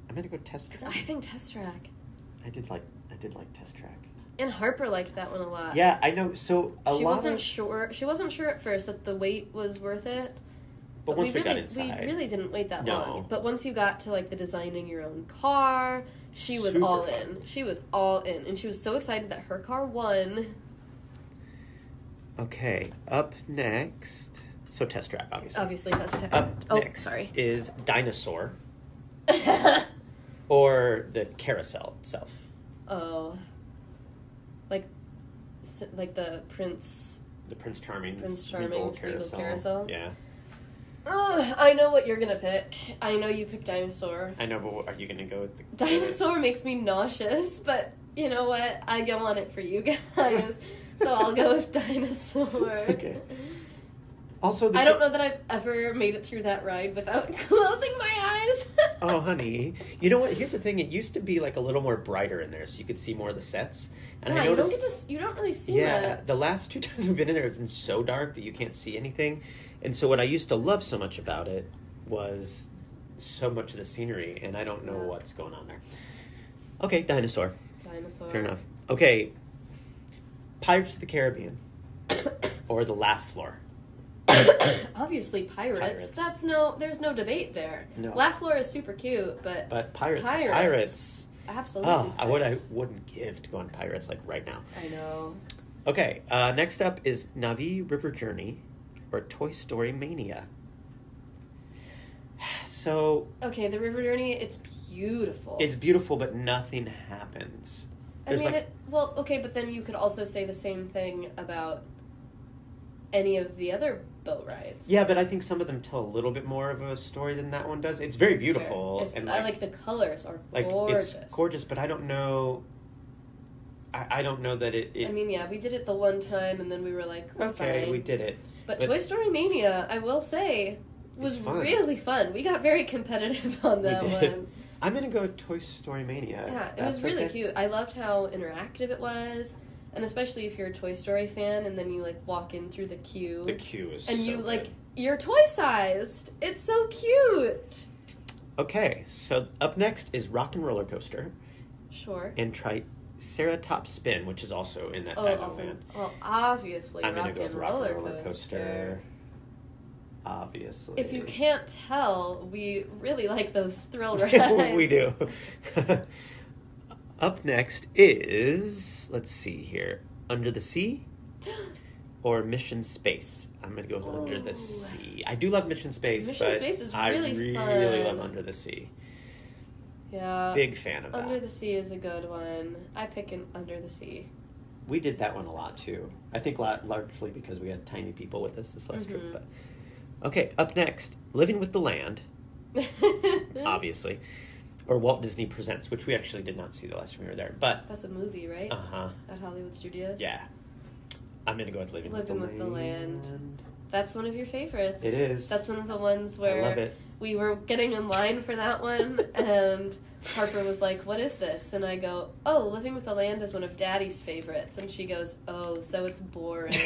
B: I'm gonna go Test
C: I
B: Track.
C: think Test Track.
B: I did like I did like Test Track.
C: And Harper liked that one a lot.
B: Yeah, I know. So a
C: Uh, she
B: lot
C: wasn't
B: of
C: sure. She wasn't sure at first that the wait was worth it.
B: but once we,
C: really,
B: got inside,
C: we really didn't wait that
B: No.
C: long. But once you got to like the designing your own car, she was
B: Super
C: all
B: fun.
C: in. She was all in, and she was so excited that her car won.
B: Okay, up next. So test track, obviously.
C: Obviously, test Track.
B: Up
C: oh,
B: next
C: sorry.
B: is dinosaur or the carousel itself.
C: oh, like, s- like the prince.
B: The Prince Charming's
C: Prince Charming's
B: regal
C: regal
B: carousel.
C: carousel.
B: Yeah,
C: Ugh, I know what you're gonna pick. I know you picked dinosaur.
B: I know, but are you gonna go with the
C: Dinosaur makes me nauseous, but you know what? I go on it for you guys, so I'll go with dinosaur.
B: Okay. Also, the
C: I don't know that I've ever made it through that ride without closing my eyes.
B: Oh, honey. You know what? Here's the thing. It used to be like a little more brighter in there, so you could see more of the sets. And
C: yeah,
B: I
C: you
B: noticed.
C: don't get to. s- You don't really see
B: yeah,
C: much.
B: the last two times we've been in there, it's been so dark that you can't see anything. And so, what I used to love so much about it was so much of the scenery, and I don't know
C: Yeah.
B: what's going on there. Okay, dinosaur.
C: dinosaur.
B: Fair enough. Okay, Pirates of the Caribbean or the Laugh Floor.
C: Obviously, pirates.
B: Pirates.
C: That's no. There's no debate there.
B: No.
C: Laugh Floor is super cute, but,
B: But pirates, is
C: Pirates.
B: pirates.
C: absolutely.
B: Oh, I, what I
C: pirates.
B: wouldn't give to go on pirates like right now.
C: I know.
B: Okay, uh, next up is Navi River Journey or Toy Story Mania. So
C: Okay, the river journey. It's beautiful.
B: it's beautiful, but nothing happens.
C: I
B: There's
C: mean,
B: like
C: it, well, okay, but then you could also say the same thing about any of the other boat rides.
B: yeah, but I think some of them tell a little bit more of a story than that one does. It's very
C: It's fair.
B: beautiful
C: It's-
B: and
C: I like the colors are
B: like
C: gorgeous.
B: it's gorgeous, but I don't know. I, I don't know that it. it
C: I mean, yeah, we did it the one time, and then we were like, we're
B: okay,
C: fine.
B: we did it.
C: But,
B: but-
C: Toy Story Mania, I will say, was
B: It's fun.
C: really fun. We got very competitive on
B: We
C: that
B: did.
C: one.
B: I'm gonna go with Toy Story Mania. if
C: Yeah, it
B: that's
C: was really
B: okay.
C: cute. I loved how interactive it was, and especially if you're a Toy Story fan, and then you like walk in through the queue,
B: The queue is
C: and
B: so
C: you
B: good.
C: like you're toy sized. It's so cute.
B: Okay, so up next is Rock and Roller Coaster
C: Sure.
B: and Triceratops Spin, which is also in that
C: Oh,
B: title
C: also,
B: man.
C: well, obviously,
B: I'm gonna
C: rock
B: go with
C: and
B: Rock
C: roller,
B: and Roller
C: coaster.
B: Coaster. Obviously.
C: If you can't tell, we really like those thrill rides.
B: can, we do. up next is let's see here, Under the Sea or Mission Space. I'm gonna go with Under
C: Ooh.
B: the Sea. I do love Mission Space,
C: Oh. Mission
B: but
C: Space is
B: I
C: really
B: really
C: fun.
B: love Under the Sea.
C: Yeah.
B: Big fan of
C: Under
B: that.
C: the Sea is a good one. I pick an Under the Sea.
B: We did that one a lot too. I think la largely because we had tiny people with us this last
C: Mhm.
B: trip. But okay, up next, Living with the Land, obviously, or Walt Disney Presents, which we actually did not see the last time we were there. But
C: That's a movie, right?
B: uh huh,
C: At Hollywood Studios.
B: yeah, I'm gonna go with Living,
C: Living
B: with, the, land.
C: That's one of your favorites.
B: It is.
C: That's one of the ones
B: I
C: where
B: love it.
C: we were getting in line for that one, and Harper was like, "What is this?" And I go, "Oh, Living with the Land is one of Daddy's favorites." And she goes, "Oh, so it's boring."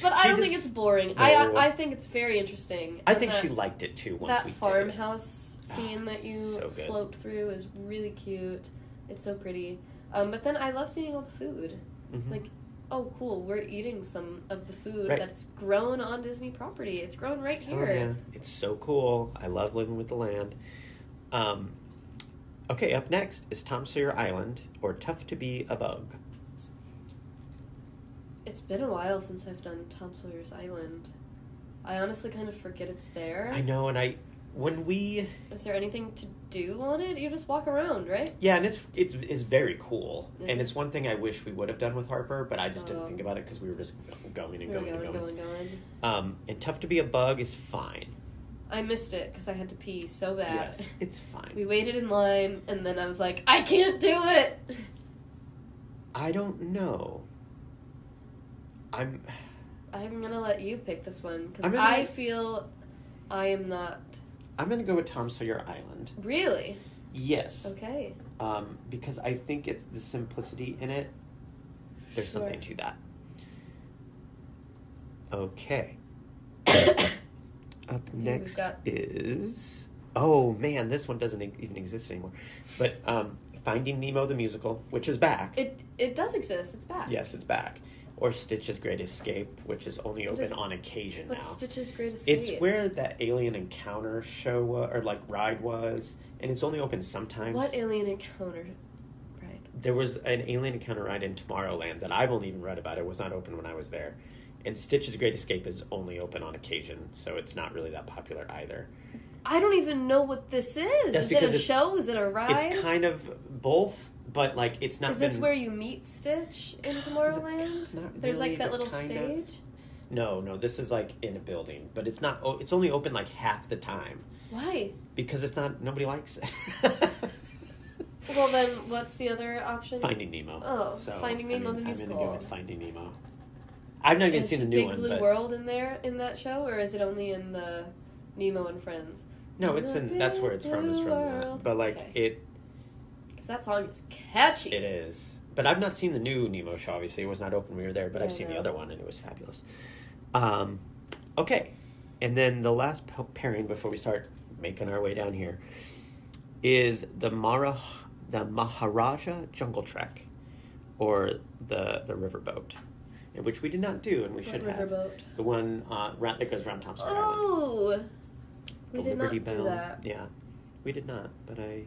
C: But I
B: She
C: don't think
B: just-
C: it's boring. I
B: No.
C: I think it's very interesting.
B: I
C: And
B: think
C: that,
B: she liked it too. Once
C: that
B: we did it.
C: farmhouse
B: Ah,
C: scene that you
B: so good.
C: float through is really cute. It's so pretty. Um, but then I love seeing all the food.
B: Mhm.
C: like, Oh, cool! We're eating some of the food
B: Right.
C: that's grown on Disney property. It's grown right
B: Oh,
C: here.
B: yeah. It's so cool. I love living with the land. Um, okay, up next is Tom Sawyer Island or Tough to Be a Bug.
C: It's been a while since I've done Tom Sawyer's Island. I honestly kind of forget it's there.
B: I know, and I when we
C: Is there anything to do on it? You just walk around, right?
B: yeah, and it's it's, it's very cool,
C: Is
B: and
C: it?
B: it's one thing I wish we would have done with Harper, but I just didn't
C: Oh.
B: think about it because we were just going and
C: We're
B: going and
C: going,
B: going.
C: going, going.
B: Um, and Tough to Be a Bug is fine.
C: I missed it because I had to pee so bad.
B: Yes, it's fine.
C: We waited in line, and then I was like, I can't do it.
B: I don't know. I'm.
C: I'm gonna let you pick this one because
B: I'm gonna-
C: I feel I am not
B: I'm gonna go with Tom Sawyer Island.
C: really
B: Yes,
C: okay.
B: um, because I think it's the simplicity in it. There's
C: Sure.
B: something to that. Okay. Up
C: we've
B: next
C: got-
B: is oh man, this one doesn't e- even exist anymore. But um, Finding Nemo the musical, which is back.
C: It it does exist. It's back.
B: yes, it's back. Or Stitch's Great Escape, which is only
C: What
B: open
C: is-
B: on occasion now.
C: What's Stitch's Great Escape?
B: It's where that alien encounter show wa- or like ride was, and it's only open sometimes.
C: What alien encounter? Right.
B: there was an alien encounter ride in Tomorrowland that I've only even read about. It was not open when I was there, and Stitch's Great Escape is only open on occasion, so it's not really that popular either.
C: I don't even know what this is.
B: That's
C: is it
B: because
C: a
B: it's-
C: show? Is it a ride?
B: It's kind of both, but like it's not.
C: is this
B: been-
C: where you meet Stitch in Tomorrowland?
B: Not really,
C: There's like that
B: but
C: little
B: kind of.
C: stage.
B: No, no, this is like in a building, but it's not. o- It's only open like half the time
C: Why?
B: because it's not. Nobody likes it.
C: Well, then, what's the other option?
B: Finding Nemo.
C: Oh,
B: so,
C: Finding
B: I
C: Nemo
B: mean,
C: the
B: I'm gonna
C: musical.
B: go with Finding Nemo. I've not even
C: Is
B: seen the new
C: Big
B: one,
C: Blue
B: but
C: World in there in that show, or is it only in the Nemo and Friends?
B: no, it's in. That's where it's from. Is from
C: World.
B: that. But like
C: Okay.
B: it,
C: Because that song is catchy.
B: it is. But I've not seen the new Nemo show. Obviously, it was not open. when We were there, but I've
C: Yeah,
B: seen the
C: no.
B: other one, and it was fabulous. Um, okay, and then the last p- pairing before we start making our way down here is the Mara, the Maharaja Jungle Trek, or the the Riverboat, and which we did not do, and we should have.
C: Riverboat.
B: The one uh, round, that goes around Thompson Island.
C: Oh, we
B: the
C: did
B: Liberty
C: not
B: Bell.
C: do that.
B: Yeah, we did not, but I,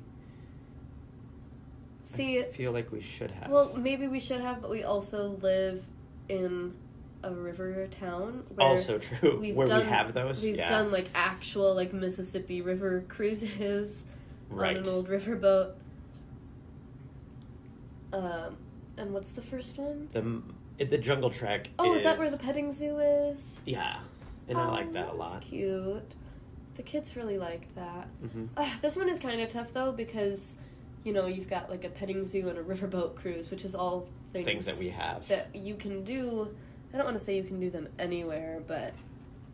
C: See,
B: I feel like we should have.
C: well, maybe we should have, but we also live in a river town. Where
B: also true.
C: we've
B: Where
C: done-
B: we have those,
C: We've
B: yeah,
C: done like actual like Mississippi River cruises
B: right.
C: on an old riverboat. Um, and what's the first one?
B: The m- it- the Jungle Trek.
C: Oh, is, that where
B: is-
C: the petting zoo is?
B: Yeah, and I
C: Oh,
B: like that a
C: that's
B: lot.
C: Cute. The kids really like that.
B: hmm
C: Ah, this one is kind of tough though because, you know, you've got like a petting zoo and a riverboat cruise, which is all things,
B: Things that we have.
C: that you can do. I don't want to say you can do them anywhere, but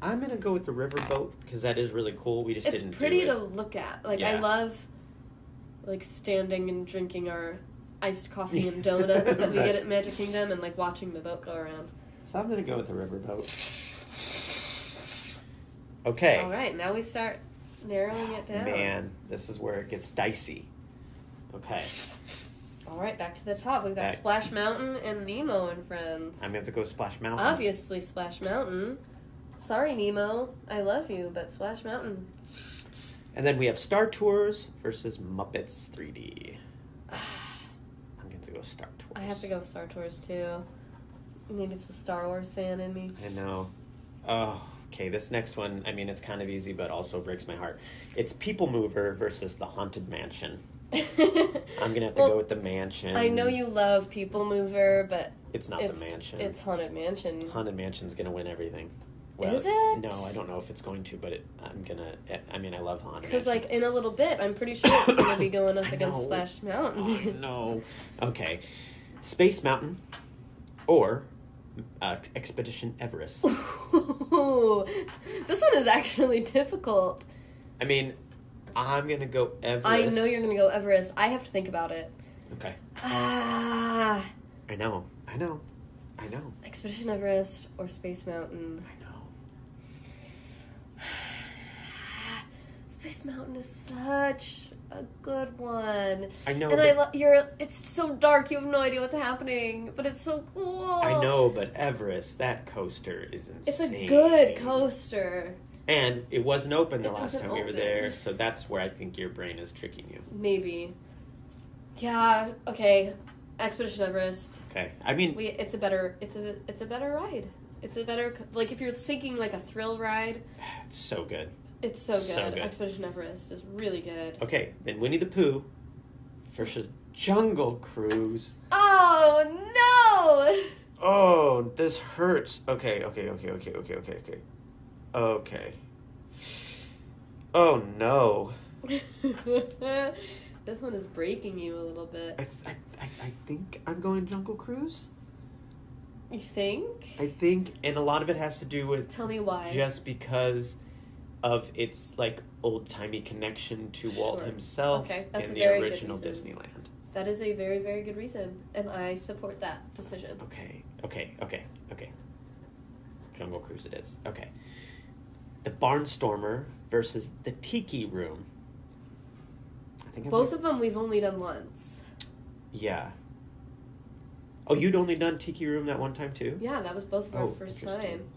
B: I'm gonna go with the riverboat because that is really cool. We just
C: it's
B: didn't
C: pretty
B: do
C: to
B: it.
C: look at. Like I
B: Yeah.
C: love, like standing and drinking our iced coffee and donuts that we
B: Right.
C: get at Magic Kingdom, and like watching the boat go around.
B: So I'm gonna go with the riverboat. Okay.
C: All right, now we start narrowing it down.
B: Man, this is where it gets dicey. Okay,
C: All right, back to the top. We've got
B: Back.
C: Splash Mountain and Nemo and friends.
B: I'm gonna have to go Splash Mountain.
C: Obviously, Splash Mountain. Sorry, Nemo. I love you, but Splash Mountain.
B: And then we have Star Tours versus Muppets 3D. I'm going to go Star Tours.
C: I have to go with Star Tours too. I mean, it's a Star Wars fan in me.
B: I know. Oh, okay. This next one, I mean, it's kind of easy, but also breaks my heart. It's People Mover versus The Haunted Mansion. I'm going to have to go with The Mansion.
C: I know you love People Mover, but
B: It's not
C: it's
B: The Mansion.
C: it's Haunted Mansion.
B: Haunted Mansion's going to win everything. Well,
C: Is it?
B: No, I don't know if it's going to, but it, I'm going to. I mean, I love Haunted
C: Because
B: Mansion.
C: like in a little bit, I'm pretty sure it's gonna be going
B: I
C: up against
B: know.
C: Splash
B: Oh,
C: Mountain.
B: no. Okay. Space Mountain or uh, Expedition Everest.
C: Ooh, this one is actually difficult.
B: I mean, I'm going to go Everest. Uh.
C: I know you're gonna go Everest. I have to think about it.
B: Okay.
C: Ah,
B: I know. I know. I know.
C: Expedition Everest or Space Mountain.
B: I know.
C: Space Mountain is such a good one.
B: I know.
C: and
B: but,
C: I love you're. It's so dark. You have no idea what's happening, but it's so cool.
B: I know, but Everest, that coaster is insane.
C: It's a good coaster.
B: And it wasn't open the
C: It
B: last
C: wasn't
B: time we were
C: open.
B: there, so that's where I think your brain is tricking you.
C: Maybe. Yeah. Okay. Expedition Everest.
B: Okay. I mean,
C: We. It's a better. It's a. It's a better ride. It's a better. co- Like if you're thinking like a thrill ride,
B: it's so good.
C: it's so good.
B: So good.
C: Expedition Everest is really good.
B: Okay, then Winnie the Pooh versus Jungle Cruise.
C: Oh no!
B: Oh, this hurts. Okay, okay, okay, okay, okay, okay, okay. Okay. Oh no.
C: this one is breaking you a little bit.
B: I, th- I, I- I think I'm going Jungle Cruise.
C: You think?
B: I think, and a lot of it has to do with
C: Tell me why.
B: just because of its like old timey connection to Walt
C: Sure.
B: himself
C: Okay, that's
B: and
C: a
B: the
C: very good
B: original
C: reason.
B: Disneyland.
C: that is a very, very good reason, and I support that decision.
B: Okay, okay, okay, okay. Jungle Cruise it is. Okay. The Barnstormer versus the Tiki Room. I think I'm
C: Both
B: gonna-
C: of them we've only done once.
B: yeah. Oh, you'd only done Tiki Room that one time too?
C: Yeah, that was both of our
B: Oh,
C: first
B: interesting.
C: time.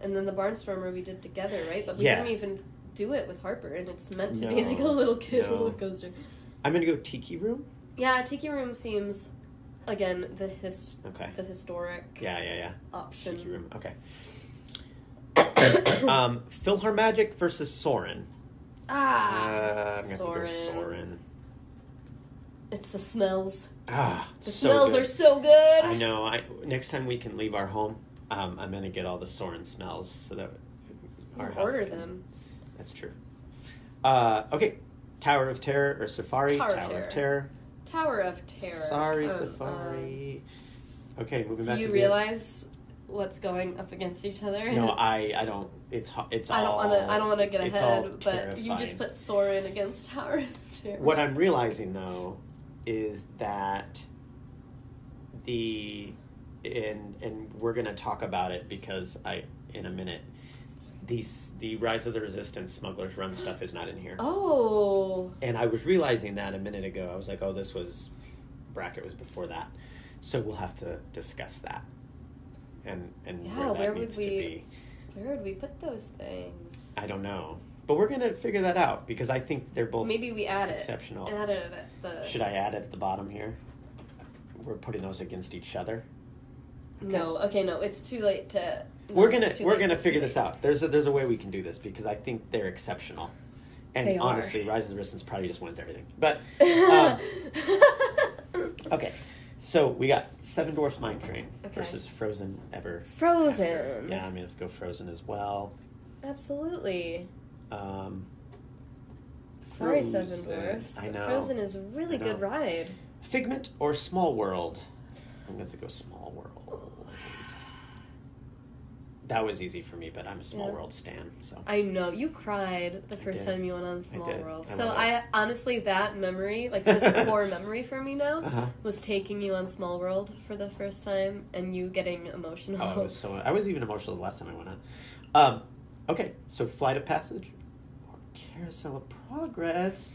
C: And then the Barnstormer we did together, right? But we
B: Yeah.
C: didn't even do it with Harper, and it's meant to be
B: No,
C: like a little kid
B: no.
C: roller coaster.
B: I'm gonna go Tiki Room.
C: Yeah, Tiki Room seems, again, the his
B: Okay.
C: the historic
B: Yeah, yeah, yeah.
C: option.
B: Tiki Room. Okay. um, PhilharMagic versus Soren.
C: ah,
B: uh, I'm gonna have to go
C: Soarin'.
B: Soren.
C: it's the smells.
B: Ah,
C: The
B: so
C: smells
B: good.
C: are so good.
B: I know. I next time we can leave our home, um, I'm gonna get all the Soren smells so that
C: You
B: our house
C: order
B: can-
C: them.
B: That's true. Uh, okay, Tower of Terror or Safari?
C: Tower of
B: of
C: Terror.
B: Terror.
C: Tower of Terror.
B: Sorry,
C: Um, um,
B: Safari. okay, moving back.
C: do you
B: to
C: realize what's going up against each other?
B: The, no, I, I don't. It's ho- it's
C: I don't
B: all.
C: want to. I don't want to get
B: it's all
C: ahead, but you
B: terrifying.
C: just put Soren against Tower of Terror.
B: What I'm realizing though is that the and and we're gonna talk about it because I in a minute. These the Rise of the Resistance Smugglers Run stuff is not in here.
C: Oh,
B: And I was realizing that a minute ago. I was like, oh this was bracket was before that. So we'll have to discuss that. And and
C: Yeah,
B: where that
C: where would
B: needs
C: we-
B: to be.
C: where would we put those things?
B: I don't know. But we're gonna figure that out because I think they're both
C: Maybe we add it.
B: exceptional.
C: Add it at the.
B: Should I add it at the bottom here? We're putting those against each other.
C: No. Okay. No. It's too late to. no,
B: We're gonna
C: it's too
B: we're
C: late,
B: gonna
C: it's too
B: figure this
C: late.
B: out. There's a there's a way we can do this because I think they're exceptional. And
C: They are.
B: honestly, Rise of the Resistance probably just wins everything. But um, okay, so we got Seven Dwarfs Mine Train
C: Okay.
B: versus Frozen Ever.
C: Frozen.
B: Yeah, I'm gonna have to go Frozen as well.
C: Absolutely.
B: Um,
C: Sorry,
B: Frozen.
C: Seven Dwarfs.
B: I
C: but
B: know.
C: Frozen is a really
B: I
C: good
B: know.
C: ride.
B: Figment or Small World? I'm going to go Small World. That was easy for me, but I'm a Small
C: Yeah.
B: World stan, so.
C: I know you cried the
B: I
C: first
B: did.
C: time you went on Small
B: did.
C: World.
B: I
C: so
B: love it.
C: I honestly that memory, like this core memory for me now,
B: Uh-huh.
C: was taking you on Small World for the first time and you getting emotional.
B: Oh, I was so I was even emotional the last time I went on. Um, okay, so Flight of Passage or Carousel of Progress.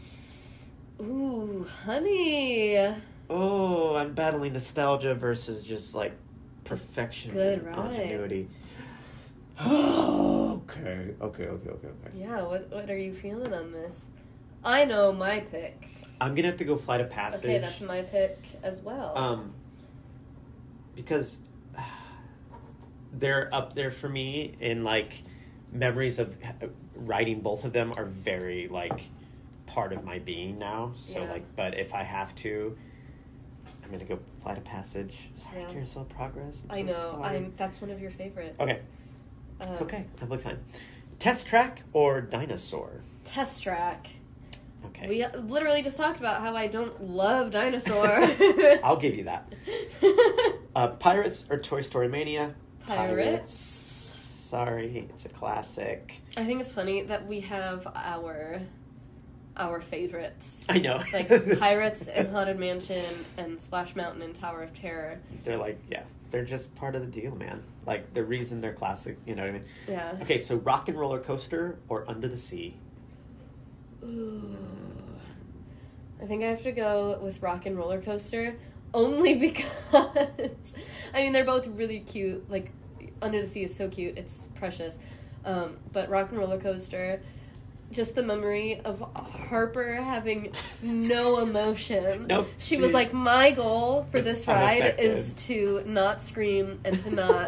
C: Ooh, honey,
B: Oh, I'm battling nostalgia versus just like perfection
C: Good
B: and
C: ride.
B: continuity. okay, okay, okay, okay, okay.
C: yeah. What what are you feeling on this? I know my pick.
B: I'm gonna have to go Flight of Passage.
C: Okay, that's my pick as well.
B: um, because they're up there for me in like memories of writing both of them are very like part of my being now so
C: Yeah.
B: like but if i have to i'm gonna go flight of passage sorry
C: Yeah.
B: carousel of progress I'm
C: I
B: so
C: know.
B: sorry.
C: I'm. That's one of your favorites.
B: okay
C: Um,
B: it's okay totally fine test track or dinosaur
C: Test track.
B: okay
C: We literally just talked about how I don't love dinosaur.
B: i'll give you that uh, pirates or toy story mania
C: Pirates.
B: sorry it's a classic
C: I think it's funny that we have our our favorites.
B: I know.
C: Like Pirates and Haunted Mansion and Splash Mountain and Tower of Terror.
B: They're like, yeah, they're just part of the deal, man. Like the reason they're classic, you know what I mean?
C: Yeah.
B: Okay, so Rock and Roller Coaster or Under the Sea?
C: Ooh. I think I have to go with Rock and Roller Coaster only because I mean they're both really cute. Like Under the Sea is so cute. It's precious. Um, but Rock and Roller Coaster just the memory of Harper having no emotion.
B: Nope.
C: She was like, my goal for
B: It's
C: this ride
B: unaffected.
C: is to not scream and to not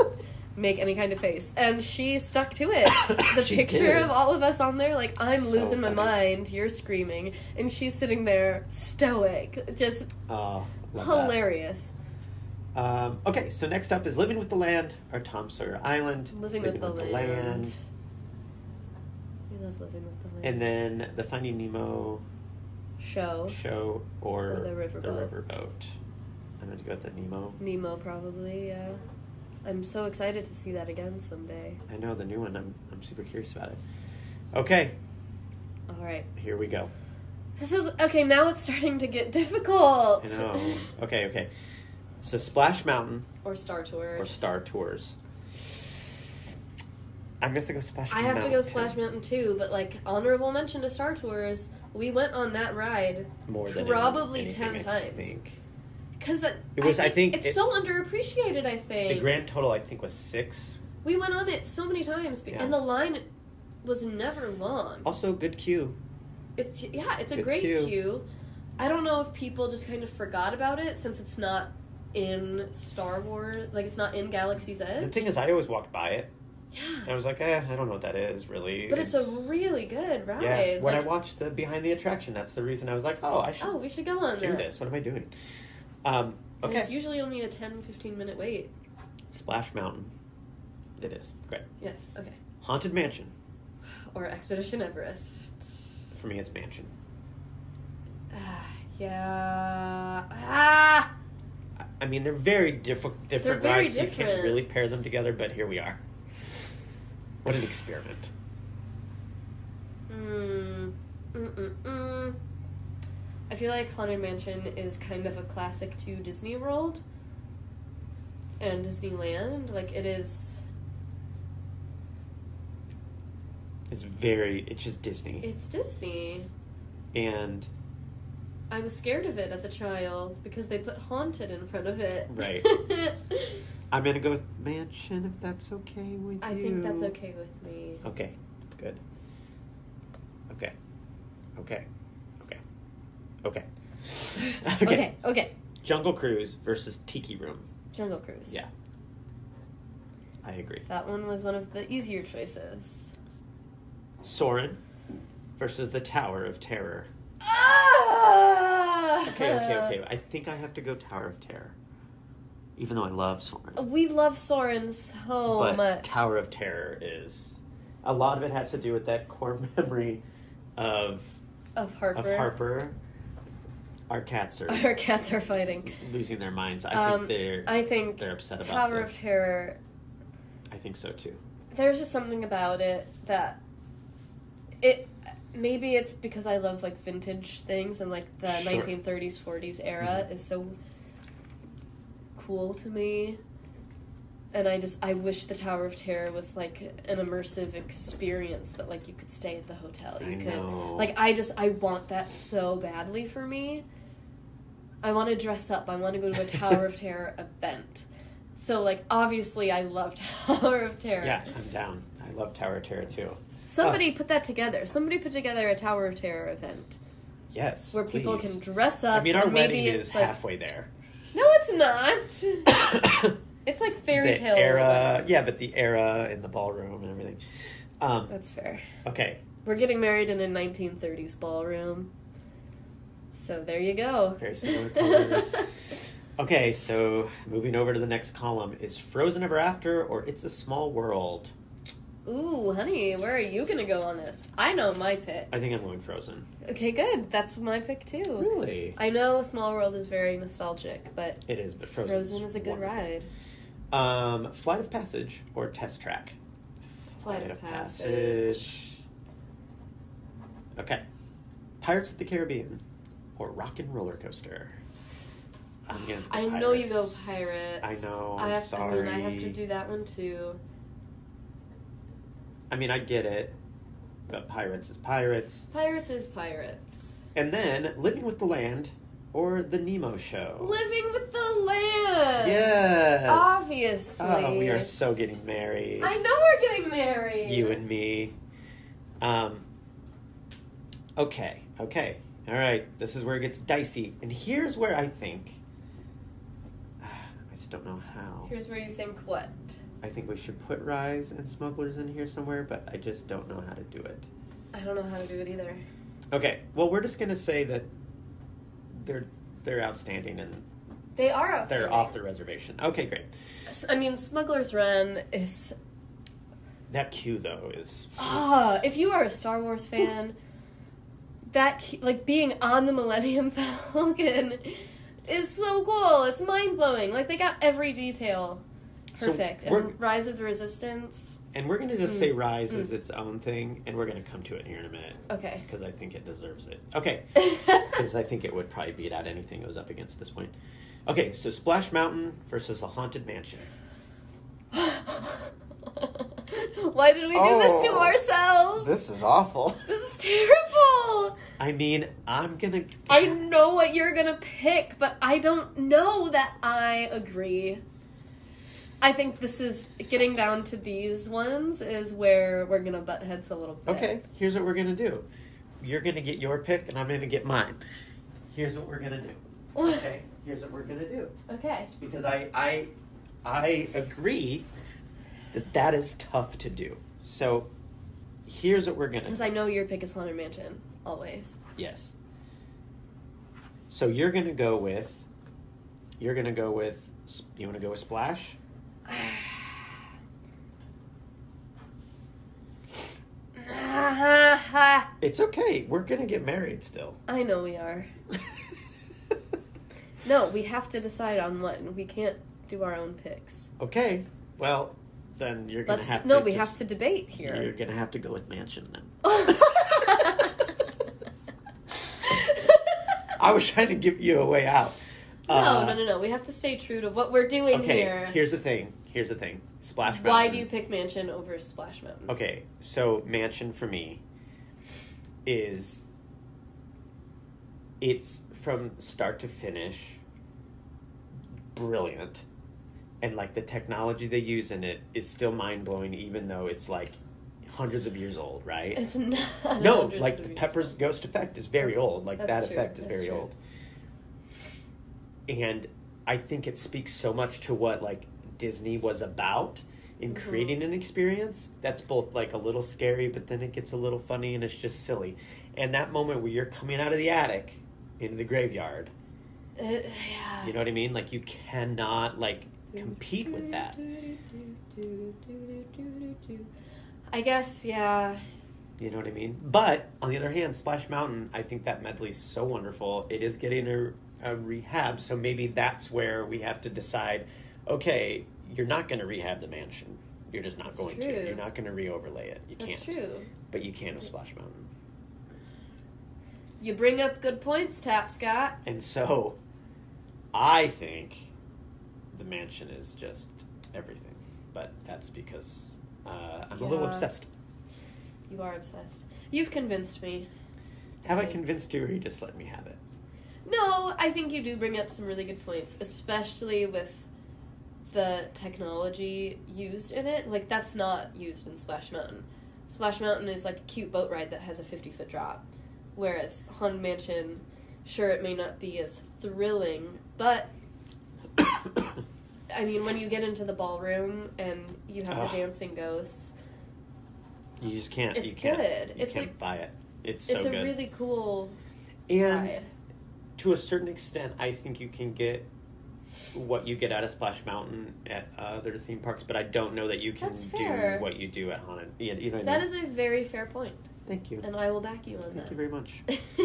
C: make any kind of face. And she stuck to it. The
B: She
C: picture
B: did.
C: of all of us on there, like, I'm
B: So
C: losing my
B: funny.
C: mind, you're screaming. And she's sitting there, stoic, just
B: Oh, love that.
C: hilarious.
B: Um, okay, so next up is Living with the Land or Tom Sawyer Island.
C: Living with the Land. We love living with the land.
B: And then the Finding Nemo
C: Show.
B: show or,
C: Oh. Or the riverboat.
B: riverboat. I'm going to go with the Nemo.
C: Nemo, probably, yeah. I'm so excited to see that again someday.
B: I know the new one. I'm, I'm super curious about it. Okay,
C: All right.
B: here we go.
C: This is okay. Now it's starting to get difficult.
B: I know.
C: Oh.
B: Okay, okay. So Splash Mountain
C: or Star Tours.
B: or Star Tours. I'm gonna have to go Splash.
C: I have
B: Mountain.
C: to go Splash Mountain too, but like honorable mention to Star Tours, we went on that ride
B: more than
C: probably
B: anything,
C: 10
B: I
C: times.
B: think.
C: because
B: It was- I think
C: it's
B: it-
C: so underappreciated. I think
B: The grand total I think was six.
C: we went on it so many times, be-
B: Yeah.
C: and the line was never long.
B: Also, good cue.
C: It's yeah, it's a
B: Good
C: great
B: cue.
C: cue. I don't know if people just kind of forgot about it since it's not in Star Wars, like it's not in Galaxy's Edge.
B: The thing is, I always walked by it and
C: yeah,
B: I was like, eh, I don't know what that is really.
C: but it's, a really good ride.
B: yeah. When
C: like,
B: I watched the Behind the Attraction, that's the reason I was like, oh, I should
C: oh, we should go on
B: do
C: that.
B: this. What am I doing? Um,
C: And It's
B: okay.
C: usually only a 10, 15 minute wait.
B: Splash Mountain. It is great.
C: Yes. Okay.
B: Haunted Mansion.
C: Or Expedition Everest.
B: For me, it's Mansion.
C: Ah, yeah. Ah.
B: I- I mean, they're very diff- different
C: very
B: rides. You
C: different.
B: can't really pair them together, but here we are. What an experiment.
C: Mm. Mm. Mm. Mm. I feel like Haunted Mansion is kind of a classic to Disney World and Disneyland. Like it is.
B: It's very, it's just Disney.
C: It's Disney.
B: And
C: I was scared of it as a child because they put haunted in front of it.
B: Right. I'm going to go with Mansion if that's okay with
C: I
B: you.
C: think that's okay with me.
B: Okay, good. Okay, okay, okay, okay.
C: okay. Okay.
B: Jungle Cruise versus Tiki Room.
C: Jungle Cruise.
B: Yeah. I agree.
C: That one was one of the easier choices.
B: Soren versus the Tower of Terror.
C: Ah!
B: Okay, okay, okay. I think I have to go Tower of Terror. Even though I love Soren.
C: We love Soren Oh, so
B: but
C: much.
B: Tower of Terror is a lot of it has to do with that core memory of
C: of Harper.
B: of Harper. Our cats are
C: Our cats are fighting.
B: losing their minds. I
C: Um,
B: think they're
C: I think
B: they're upset about
C: Tower
B: the-
C: of Terror.
B: I think so too.
C: There's just something about it that it. Maybe it's because I love like vintage things and like the
B: Sure. Mm-hmm.
C: 1930s, 40s era is so cool to me. And I just I wish the Tower of Terror was like an immersive experience that like you could stay at the hotel. You
B: I
C: could
B: know.
C: like I just I want that so badly for me. I want to dress up. I want to go to a Tower of Terror event. So like obviously I love Tower of Terror.
B: Yeah, I'm down. I love Tower of Terror too.
C: Somebody put that together. Somebody put together a Tower of Terror event
B: Ah, Yes.
C: where people
B: please.
C: can dress up.
B: I mean, our
C: and maybe
B: wedding
C: it's
B: is
C: like,
B: halfway there.
C: No, it's not. It's like fairy
B: the
C: tale
B: era, yeah, but the era and the ballroom and everything. Um,
C: That's fair.
B: okay,
C: We're getting married in a 1930s ballroom. So there you go.
B: Very similar colors. okay. So moving over to the next column is Frozen Ever After or It's a Small World.
C: Ooh, honey, where are you gonna go on this? I know my pick.
B: I think I'm going Frozen.
C: Okay, good. That's my pick too.
B: Really,
C: I know Small World is very nostalgic, but
B: it is. But Frozen,
C: Frozen is a good ride.
B: Um, Flight of Passage or Test Track.
C: Flight of Passage.
B: Okay. Pirates of the Caribbean or Rock and Roller Coaster. I'm gonna have to go
C: I know you go
B: Pirates.
C: Pirates.
B: I know.
C: I
B: I'm
C: have,
B: sorry.
C: I mean, I have to do that one too.
B: I mean, I get it, but Pirates is Pirates.
C: Pirates is Pirates.
B: And then Living with the Land or The Nemo Show.
C: Living with the land.
B: Oh. yes.
C: Obviously.
B: Oh, we are so getting married.
C: I know we're getting married.
B: you and me. Um, okay, okay, all right. This is where it gets dicey, and here's where I think. I just don't know how.
C: Here's where you think what?
B: I think we should put Rise and Smugglers in here somewhere, but I just don't know how to do it.
C: I don't know how to do it either.
B: Okay, well, we're just gonna say that they're they're outstanding and
C: They are outstanding.
B: they're off the reservation. Okay, great.
C: S- I mean, Smuggler's Run is
B: that queue though is
C: Ah, if you are a Star Wars fan, that c- like being on the Millennium Falcon is so cool. It's mind blowing. Like they got every detail
B: So
C: perfect.
B: we're-
C: and Rise of the Resistance.
B: and we're gonna just say rise
C: Mm.
B: is its own thing and we're gonna come to it here in a minute
C: Okay.
B: because i think it deserves it okay because I think it would probably beat out anything it was up against at this point. Okay, so Splash Mountain versus the Haunted Mansion.
C: Why did we do this to
D: Oh.
C: ourselves?
D: This is awful.
C: This is terrible.
B: I mean, I'm gonna.
C: I know what you're gonna pick, but I don't know that I agree. I think this is getting down to these ones is where we're gonna butt heads a little bit.
B: Okay, here's what we're gonna do. You're gonna get your pick, and I'm gonna get mine. Here's what we're gonna do. Okay, here's what we're gonna do.
C: okay.
B: Because I, I, I agree that that is tough to do. So, here's what we're gonna.
C: Because I know your pick is Haunted Mansion always.
B: Yes. So you're gonna go with, you're gonna go with, you want to go with Splash?
C: I
B: It's okay. We're gonna get married still.
C: know we are. No, we have to decide on one. We can't do our own picks.
B: okay. Well, then you're gonna
C: Let's
B: have
C: no.
B: to.
C: we
B: just-
C: have to debate
B: You're
C: here.
B: gonna have to go with mansion then. I was trying to give you a way out. Uh,
C: No, no, no, no. We have to stay true to what we're doing
B: Okay.
C: here.
B: Here's the thing. Here's the thing. Splash Mountain.
C: Why do you pick Mansion over Splash Mountain?
B: Uh, Okay, so mansion for me is it's from start to finish brilliant. And like the technology they use in it is still mind blowing even though it's like hundreds of years old, right?
C: It's not.
B: no,
C: hundreds
B: like
C: of
B: the
C: years.
B: Pepper's ghost effect is very old. Like
C: That's
B: that
C: true,
B: effect is
C: that's
B: very
C: true.
B: old. And I think it speaks so much to what like Disney was about in
C: Mhm.
B: creating an experience that's both like a little scary, but then it gets a little funny and it's just silly. And that moment where you're coming out of the attic into the graveyard,
C: It- Uh, yeah.
B: you know what I mean? Like you cannot like compete with that.
C: I guess, yeah.
B: You know what I mean? But on the other hand, Splash Mountain, I think that medley is so wonderful. It is getting a, a rehab, so maybe that's where we have to decide. Okay, you're not going to rehab the mansion. You're just not
C: That's
B: going
C: true.
B: to. You're not going to re-overlay it. You
C: That's
B: can't.
C: true.
B: But you can with Splash Mountain.
C: You bring up good points, Tap Scott.
B: And so, I think the mansion is just everything. But that's because uh, I'm a little
C: Yeah.
B: obsessed.
C: You are obsessed. You've convinced me.
B: Have I
C: Okay.
B: convinced you, or you just let me have it?
C: No, I think you do bring up some really good points, especially with the technology used in it. Like, that's not used in Splash Mountain. Splash Mountain is like a cute boat ride that has a 50 foot drop, whereas Haunted Mansion, sure, it may not be as thrilling, but I mean, when you get into the ballroom and you have
B: Ugh.
C: the dancing ghosts,
B: You just can't.
C: It's
B: you can't,
C: good.
B: You
C: It's
B: can't
C: like-
B: buy it. It's so
C: it's a
B: good.
C: really cool
B: and
C: ride.
B: to a certain extent, I think you can get what you get out of Splash Mountain at other theme parks, but I don't know that you can
C: That's
B: do
C: fair.
B: what you do at Haunted. You, you know what I
C: That
B: mean?
C: is a very fair point,
B: Thank you.
C: and I will back you on
B: Thank
C: that.
B: you very much.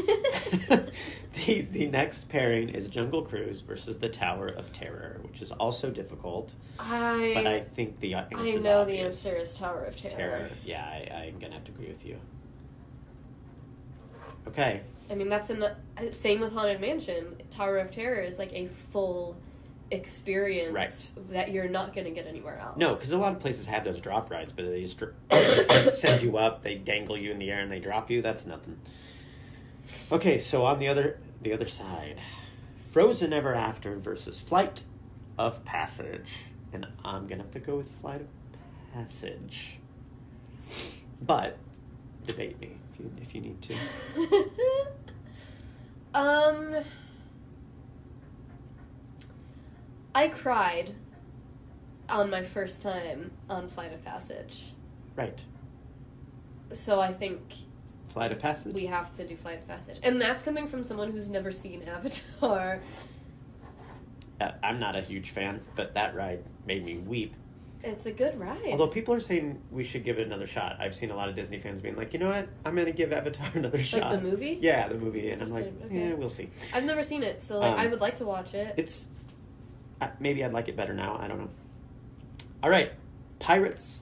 B: the the next pairing is Jungle Cruise versus the Tower of Terror, which is also difficult,
C: I,
B: but I think the answer
C: I know the answer is Tower of Terror.
B: Terror. Yeah, I, I'm gonna have to agree with you. Okay.
C: I mean, that's an uh, same with Haunted Mansion. Tower of Terror is like a full experience
B: Right.
C: that you're not going to get anywhere else.
B: No, because a lot of places have those drop rides, but they just dr- send you up, they dangle you in the air, and they drop you. That's nothing. Okay, so on the other the other side, Frozen Ever After versus Flight of Passage, and I'm gonna have to go with Flight of Passage. But debate me if you if you need to.
C: um, I cried on my first time on Flight of Passage,
B: Right,
C: so I think
B: Flight of Passage.
C: we have to do Flight of Passage, and that's coming from someone who's never seen Avatar.
B: Uh, I'm not a huge fan, but that ride made me weep.
C: It's a good ride.
B: Although people are saying we should give it another shot. I've seen a lot of Disney fans being like, you know what? I'm going to give Avatar another
C: like
B: shot.
C: the movie?
B: Yeah, the movie. And I'm like,
C: Interesting. Okay.
B: yeah, we'll see.
C: I've never seen it, so like
B: Um,
C: I would like to watch it.
B: It's. Uh, maybe I'd like it better now. I don't know. All right. Pirates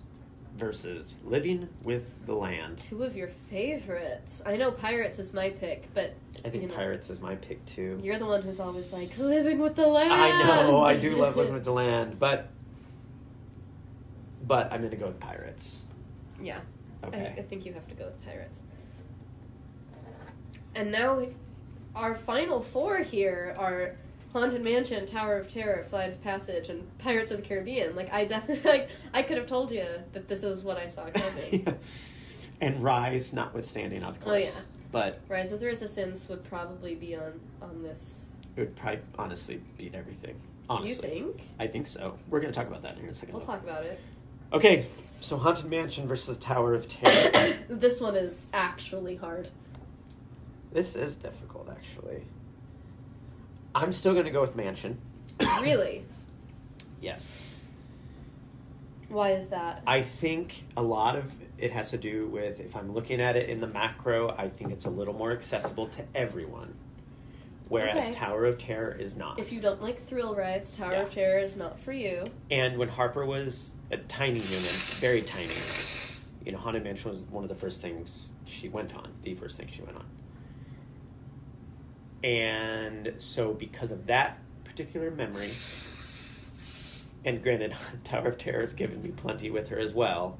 B: versus Living with the Land.
C: Two of your favorites. I know Pirates is my pick, but
B: I think
C: you know,
B: Pirates is my pick too.
C: You're the one who's always like living with the land.
B: I know, I do love Living with the Land, but. But I'm going to go with Pirates.
C: yeah,
B: Okay.
C: I, I think you have to go with Pirates. And now, our final four here are Haunted Mansion, Tower of Terror, Flight of Passage, and Pirates of the Caribbean. Like I definitely, like I could have told you that this is what I saw coming.
B: and Rise, notwithstanding, of course.
C: Oh, yeah.
B: But
C: Rise of the Resistance would probably be on on this.
B: it would probably honestly beat everything. Honestly.
C: Do you think?
B: I think so. We're going to talk about that here in a 2nd
C: We'll talk about it.
B: Okay, so Haunted Mansion versus Tower of Terror.
C: This one is actually hard.
B: this is difficult, actually. I'm still going to go with Mansion.
C: Really?
B: Yes.
C: Why is that?
B: I think a lot of it has to do with if I'm looking at it in the macro, I think it's a little more accessible to everyone. Whereas
C: Okay.
B: Tower of Terror is not.
C: If you don't like thrill rides, Tower of
B: Yeah.
C: Terror is not for you.
B: And when Harper was a tiny human, very tiny, you know, Haunted Mansion was one of the first things she went on, the first thing she went on. And so, because of that particular memory, and granted, Tower of Terror has given me plenty with her as well,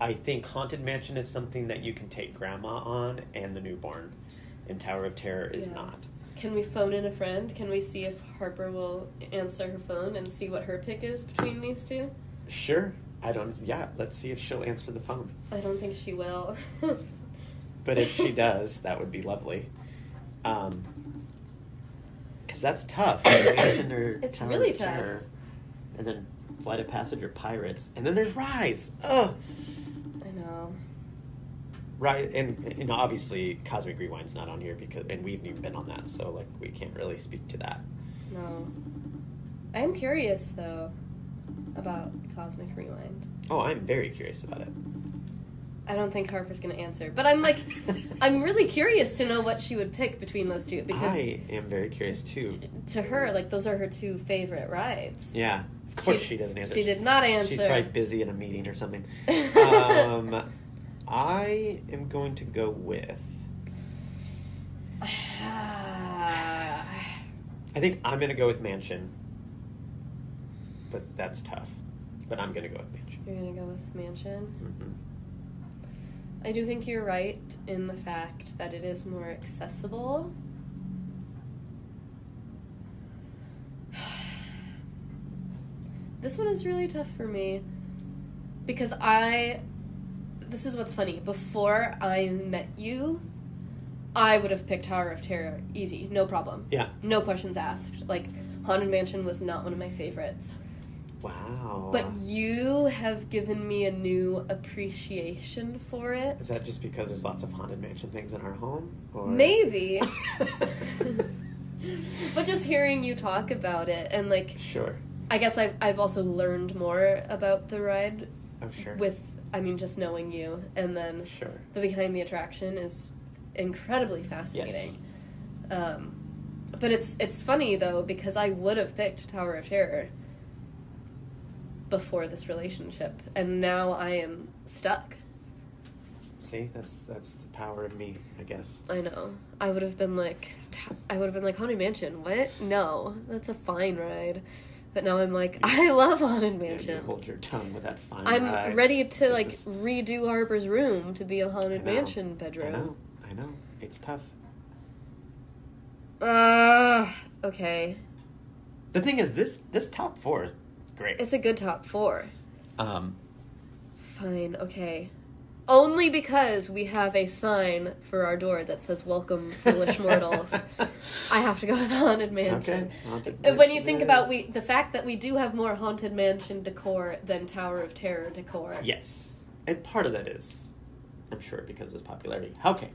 B: I think Haunted Mansion is something that you can take grandma on and the newborn, and Tower of Terror is
C: Yeah.
B: not.
C: Can we phone in a friend? Can we see if Harper will answer her phone and see what her pick is between these two?
B: Sure, I don't, yeah, let's see if she'll answer the phone.
C: I don't think she will.
B: But if she does, that would be lovely. Um, because that's tough. Mansion or
C: It's
B: Tower
C: really
B: of
C: tough.
B: Terror, and then Flight of Passage or Pirates, and then there's Rise. Ugh.
C: I know.
B: Right, and you know, obviously, Cosmic Rewind's not on here because, and we've even been on that, so like we can't really speak to that.
C: No. I am curious though about Cosmic Rewind.
B: Oh, I'm very curious about it.
C: I don't think Harper's gonna answer, but I'm like, I'm really curious to know what she would pick between those two because
B: I am very curious too.
C: to her, like those are her two favorite rides.
B: Yeah, of course she, doesn't answer.
C: She did not answer.
B: She's probably busy in a meeting or something. um, I am going to go with. I think I'm going to go with Mansion. But that's tough. But I'm going to go with Mansion.
C: You're gonna go with Mansion.
B: hmm
C: I do think you're right in the fact that it is more accessible. This one is really tough for me because I. This is what's funny. Before I met you, I would have picked Tower of Terror easy, no problem.
B: Yeah.
C: No questions asked. Like, Haunted Mansion was not one of my favorites.
B: Wow.
C: But you have given me a new appreciation for it.
B: Is that just because there's lots of haunted mansion things in our home? Or...
C: Maybe. but just hearing you talk about it and like
B: sure.
C: I guess I've I've also learned more about the ride
B: I'm Oh, sure.
C: with I mean just knowing you and then
B: Sure.
C: the behind the attraction is incredibly fascinating.
B: Yes.
C: Um but it's it's funny though because I would have picked Tower of Terror before this relationship and now I am stuck.
B: See, that's that's the power of me, I guess.
C: I know. I would have been like, I would have been like Haunted Mansion. What? No, that's a fine ride. But now I'm like, I love Haunted
B: Yeah, you
C: Mansion.
B: hold your tongue with that fine.
C: I'm
B: ride.
C: ready to like
B: Christmas.
C: redo Harper's room to be a Haunted
B: I know.
C: Mansion
B: I know.
C: bedroom.
B: I know. It's tough.
C: Ah, okay.
B: The thing is, this this top four is great.
C: It's a good top four.
B: Um,
C: Fine. Okay. Only because we have a sign for our door that says "Welcome, foolish mortals." I have to go with Haunted Mansion.
B: Okay. Haunted
C: Uh, when you
B: Mansion
C: think
B: is-
C: about we the fact that we do have more haunted mansion decor than tower of terror decor
B: Yes. And part of that is, I'm sure, because of popularity. Okay.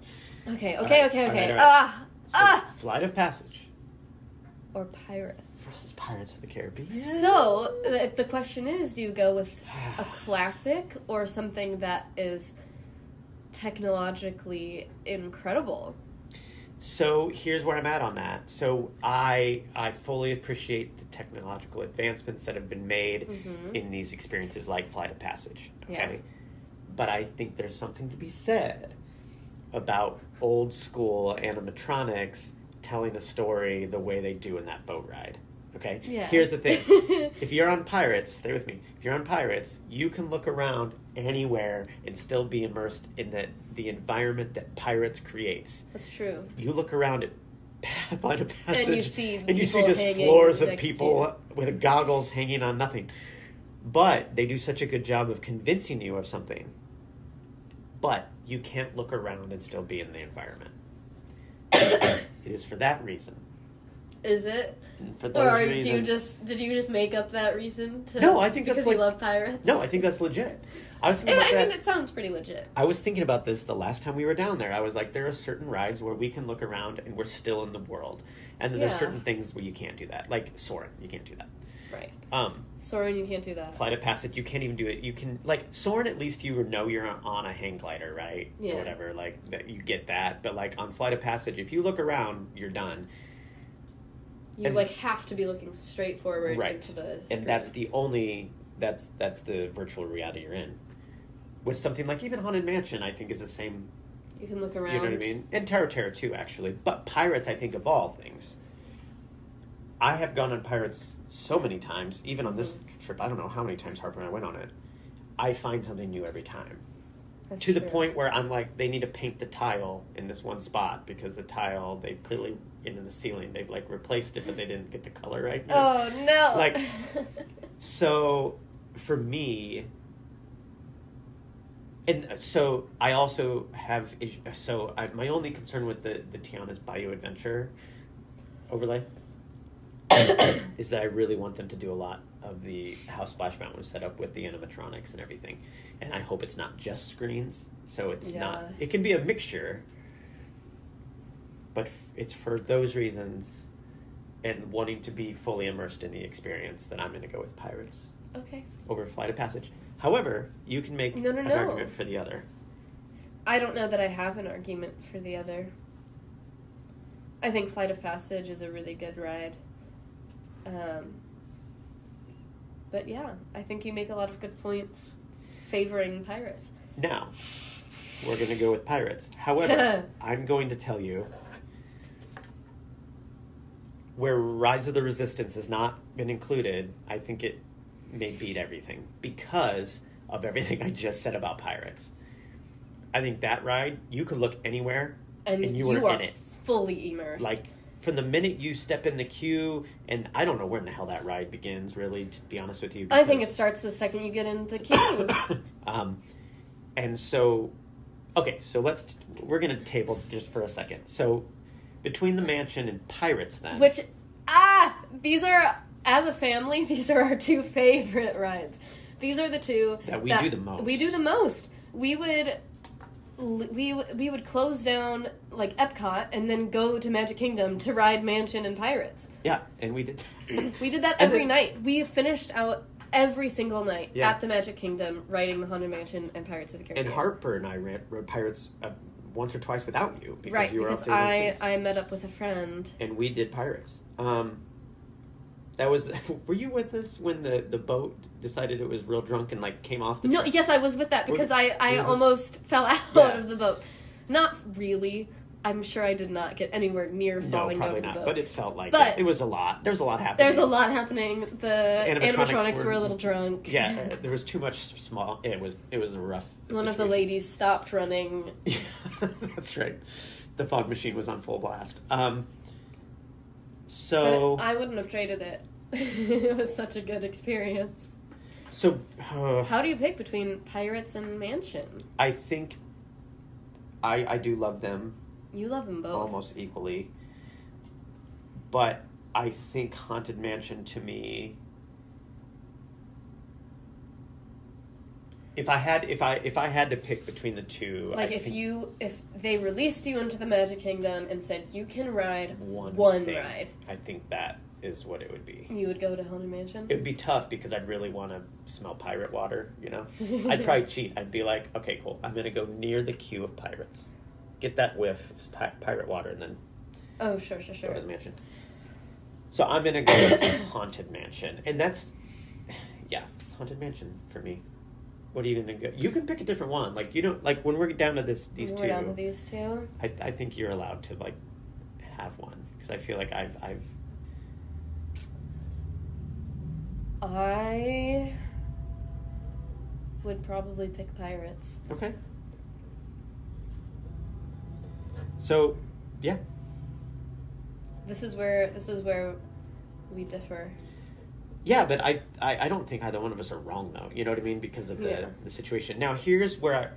C: okay okay
B: Alright,
C: okay okay
B: alright, alright.
C: ah
B: So,
C: ah
B: Flight of Passage
C: or pirates?
B: versus Pirates of the Caribbean.
C: So the the question is, do you go with a classic or something that is technologically incredible?
B: So here's where I'm at on that. So I I fully appreciate the technological advancements that have been made
C: Mhm.
B: in these experiences like Flight of Passage.
C: Yeah.
B: Okay. But I think there's something to be said about old school animatronics telling a story the way they do in that boat ride. Okay?
C: Yeah.
B: Here's the thing. If you're on Pirates, stay with me. If you're on Pirates, you can look around anywhere and still be immersed in the, the environment that Pirates creates.
C: That's true.
B: You look around at Flight of Passage,
C: see
B: and you see
C: people
B: just
C: hanging
B: floors of
C: next to
B: people with goggles hanging on nothing. But they do such a good job of convincing you of something. But you can't look around and still be in the environment. it is for that reason.
C: Is it?
B: And for those
C: Or do
B: reasons,
C: you just did you just make up that reason to
B: No, I think that's
C: because you
B: like-
C: love pirates?
B: no, I think that's legit. I was thinking
C: And
B: about
C: I
B: that.
C: mean it sounds pretty legit.
B: I was thinking about this the last time we were down there. I was like, there are certain rides where we can look around and we're still in the world, and then
C: Yeah.
B: there's certain things where you can't do that, like Soren, you can't do that.
C: Right.
B: Um,
C: Soren, you can't do that.
B: Flight of Passage, you can't even do it. You can like Soren, at least you know you're on a hang glider, right?
C: Yeah.
B: Or whatever, like that you get that. But like on Flight of Passage, if you look around, you're done,
C: You
B: and-
C: like have to be looking straight forward
B: Right.
C: into the screen.
B: and that's the only that's that's the virtual reality you're in. With something like even Haunted Mansion, I think is the same
C: you can look around.
B: You know what I mean? And Terra Terra too, actually. But pirates, I think, of all things. I have gone on pirates so many times, even on this trip. I don't know how many times Harper and I went on it. I find something new every time.
C: That's
B: to the
C: true.
B: point where I'm like, they need to paint the tile in this one spot because the tile they clearly in the ceiling they've like replaced it, but they didn't get the color right.
C: Oh no.
B: Like- So, for me, and so I also have is- so I, my only concern with the the Tiana's Bayou Adventure overlay is that I really want them to do a lot of the how Splash Mountain was set up with the animatronics and everything, and I hope it's not just screens. So it's not.
C: Yeah.
B: It can be a mixture, but f- it's for those reasons. And wanting to be fully immersed in the experience, that I'm going to go with Pirates
C: okay.
B: over Flight of Passage. However, you can make
C: No, no,
B: an
C: no.
B: argument for the other.
C: I don't know that I have an argument for the other. I think Flight of Passage is a really good ride. Um, but yeah, I think you make a lot of good points favoring pirates.
B: Now, we're going to go with Pirates. However, I'm going to tell you where Rise of the Resistance has not been included, I think it may beat everything because of everything I just said about Pirates. I think that ride, you could look anywhere
C: And,
B: And
C: you,
B: you were
C: are
B: in it.
C: fully immersed.
B: like from the minute you step in the queue and i don't know when the hell that ride begins really to be honest with you
C: I think it
B: because-
C: starts the second you get in the queue.
B: um, and so okay so let's we're gonna table just for a second so between the mansion and pirates then
C: Which, ah, these are, as a family, these are our two favorite rides. These are the two
B: That we do the most.
C: We do the most. We would. We w- we would close down like Epcot and then go to Magic Kingdom to ride Mansion and Pirates.
B: yeah and we did
C: We did that
B: And
C: every
B: then-
C: night. We finished out every single night
B: Yeah.
C: at the Magic Kingdom riding the Haunted Mansion and Pirates of the Caribbean.
B: and harper and i ran, rode pirates uh, once or twice without you because
C: right?
B: you were
C: because
B: up there
C: I I met up with a friend.
B: and we did pirates um that was were you with us when the the boat decided it was real drunk and like came off the
C: No,
B: trip?
C: yes, I was with that because I, I
B: It was-
C: almost fell out
B: Yeah.
C: of the boat. Not really. I'm sure I did not get anywhere near
B: No,
C: falling out
B: probably
C: of the
B: not.
C: boat.
B: But it felt like
C: But-
B: it. It was a lot. There was a lot happening.
C: There's a lot happening. The animatronics,
B: animatronics
C: were,
B: were-
C: a little drunk.
B: Yeah, uh, there was too much small. It was it was a rough.
C: One of the
B: situation.
C: ladies stopped running.
B: That's right. The fog machine was on full blast. Um.
C: but
B: So
C: I wouldn't have traded it. it was such a good experience.
B: so uh,
C: How do you pick between Pirates and Mansion?
B: I think I I do love them
C: You love them both.
B: almost equally, but I think Haunted Mansion to me If I had if I if I had to pick between the two,
C: Like
B: I
C: if
B: think-
C: you if they released you into the Magic Kingdom and said you can ride
B: one,
C: one,
B: thing,
C: ride,
B: I think that is what it would be.
C: you would go to Haunted Mansion.
B: It would be tough because I'd really want to smell pirate water, you know? I'd probably cheat. I'd be like, okay, cool. I'm going to go near the queue of pirates, get that whiff of pi- pirate water, and then
C: oh sure sure
B: go
C: sure.
B: to the mansion. So I'm going to go with Haunted Mansion. And that's, yeah, Haunted Mansion for me. What are you going to go? You can pick a different one. Like, you don't, like, when we're down to this, these
C: We're
B: two,
C: down to these two.
B: I, I think you're allowed to, like, have one because I feel like I've, I've,
C: I would probably pick pirates.
B: Okay. So, yeah,
C: This is where this is where we differ.
B: yeah, but I, I, I don't think either one of us are wrong though. You know what I mean because of the
C: Yeah.
B: the situation. Now here's where I,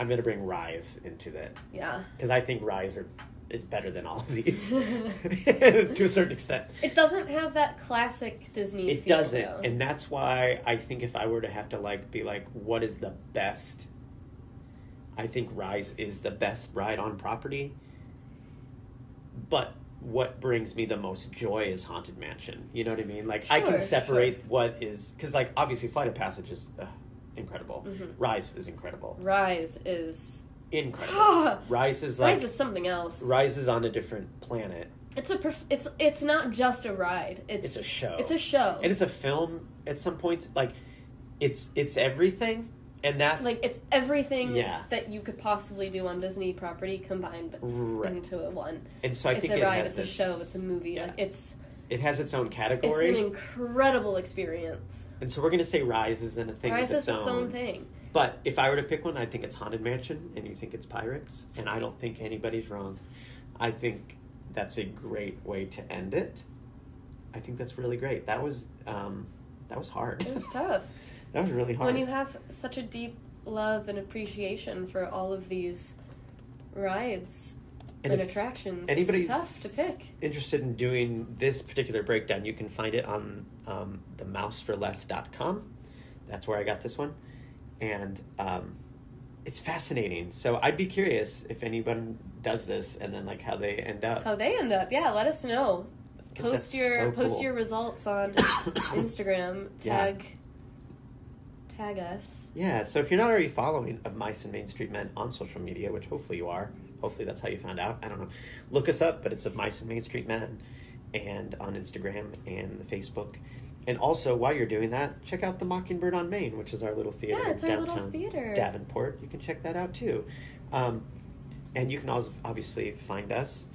B: I'm going to bring Rise into that
C: Yeah.
B: because I think Rise are, is better than all of these to a certain extent.
C: It doesn't have that classic Disney
B: It
C: feel,
B: doesn't,
C: though.
B: and that's why I think if I were to have to like be like, what is the best? I think Rise is the best ride on property. But what brings me the most joy is Haunted Mansion. You know what I mean? Like I
C: Sure,
B: can separate what is because like obviously Flight of Passage is uh, incredible.
C: Mhm.
B: Rise is incredible.
C: Rise is
B: Incredible. Rise is like
C: Rise is something else.
B: Rise is on a different planet.
C: It's a perf- it's it's not just a ride.
B: It's
C: It's
B: a show.
C: it's a show.
B: and it's a film at some point like it's it's everything and that's
C: like it's everything
B: Yeah.
C: that you could possibly do on Disney property combined
B: right
C: into a one.
B: and so i
C: mm-hmm. it's
B: think
C: a
B: it
C: ride.
B: has
C: It's a show. It's a movie.
B: yeah.
C: Like it's
B: it has its own
C: it's
B: category
C: an incredible experience.
B: and so we're going to say rise isn't a thing
C: Rise
B: of
C: is its own thing.
B: but if i were to pick one i think it's haunted mansion and you think it's pirates and i don't think anybody's wrong i think that's a great way to end it i think that's really great that was um that was hard
C: It's tough
B: that was really hard
C: when you have such a deep love and appreciation for all of these rides
B: And
C: and,
B: if
C: attractions.
B: anybody's-
C: It's tough to pick.
B: interested in doing this particular breakdown, you can find it on um, themouseforless.com. That's where I got this one. And um, it's fascinating. So I'd be curious if anyone does this and then like how they end up.
C: How they end up? Yeah, let us know.
B: 'Cause that's
C: Post your
B: so
C: post
B: cool.
C: your results on Instagram.
B: Yeah.
C: Tag tag us.
B: Yeah, so if you're not already following Of Mice and Main Street Men on social media, which hopefully you are, hopefully that's how you found out. I don't know. Look us up, but it's Of Mice and Main Street Men and on Instagram and the Facebook. And also, while you're doing that, check out The Mockingbird on Main, which is our little theater
C: Yeah, it's
B: in
C: our
B: downtown
C: little theater.
B: Davenport. You can check that out too. Um, and you can also obviously find us.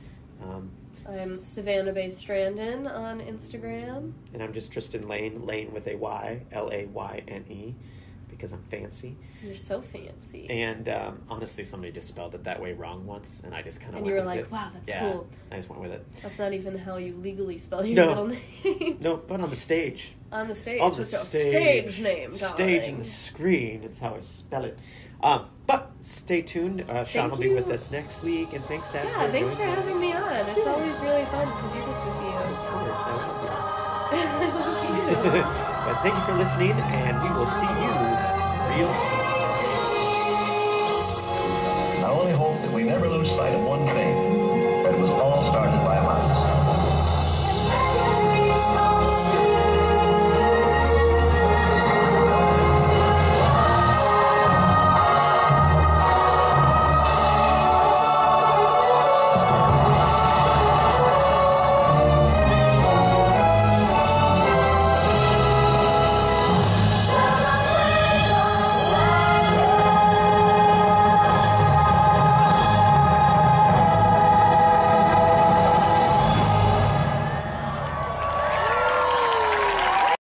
B: Um,
C: I'm Savannah Bay Strandon on Instagram.
B: and I'm just Tristan Lane, Lane with a Y, L A Y N E, because I'm fancy.
C: You're so fancy.
B: And um, honestly, somebody just spelled it that way wrong once, and I just kind of
C: And
B: went
C: you were
B: with
C: like,
B: it.
C: wow, that's
B: yeah,
C: cool.
B: I just went with it.
C: That's not even how you legally spell your
B: No.
C: middle name.
B: No, but on the stage,
C: on the stage.
B: on the
C: it's a
B: stage,
C: stage name,
B: stage
C: darling.
B: and the screen. It's how I spell it. Um, but stay tuned. Uh, Sean
C: Thank
B: will be with
C: you.
B: us next week, and thanks, Zach,
C: Yeah, thanks for
B: doing that.
C: having me on. It's always really fun to do this with you. I love you.
B: but thank you for listening, and we will see you real soon.
D: I only hope that we never lose sight of one thing.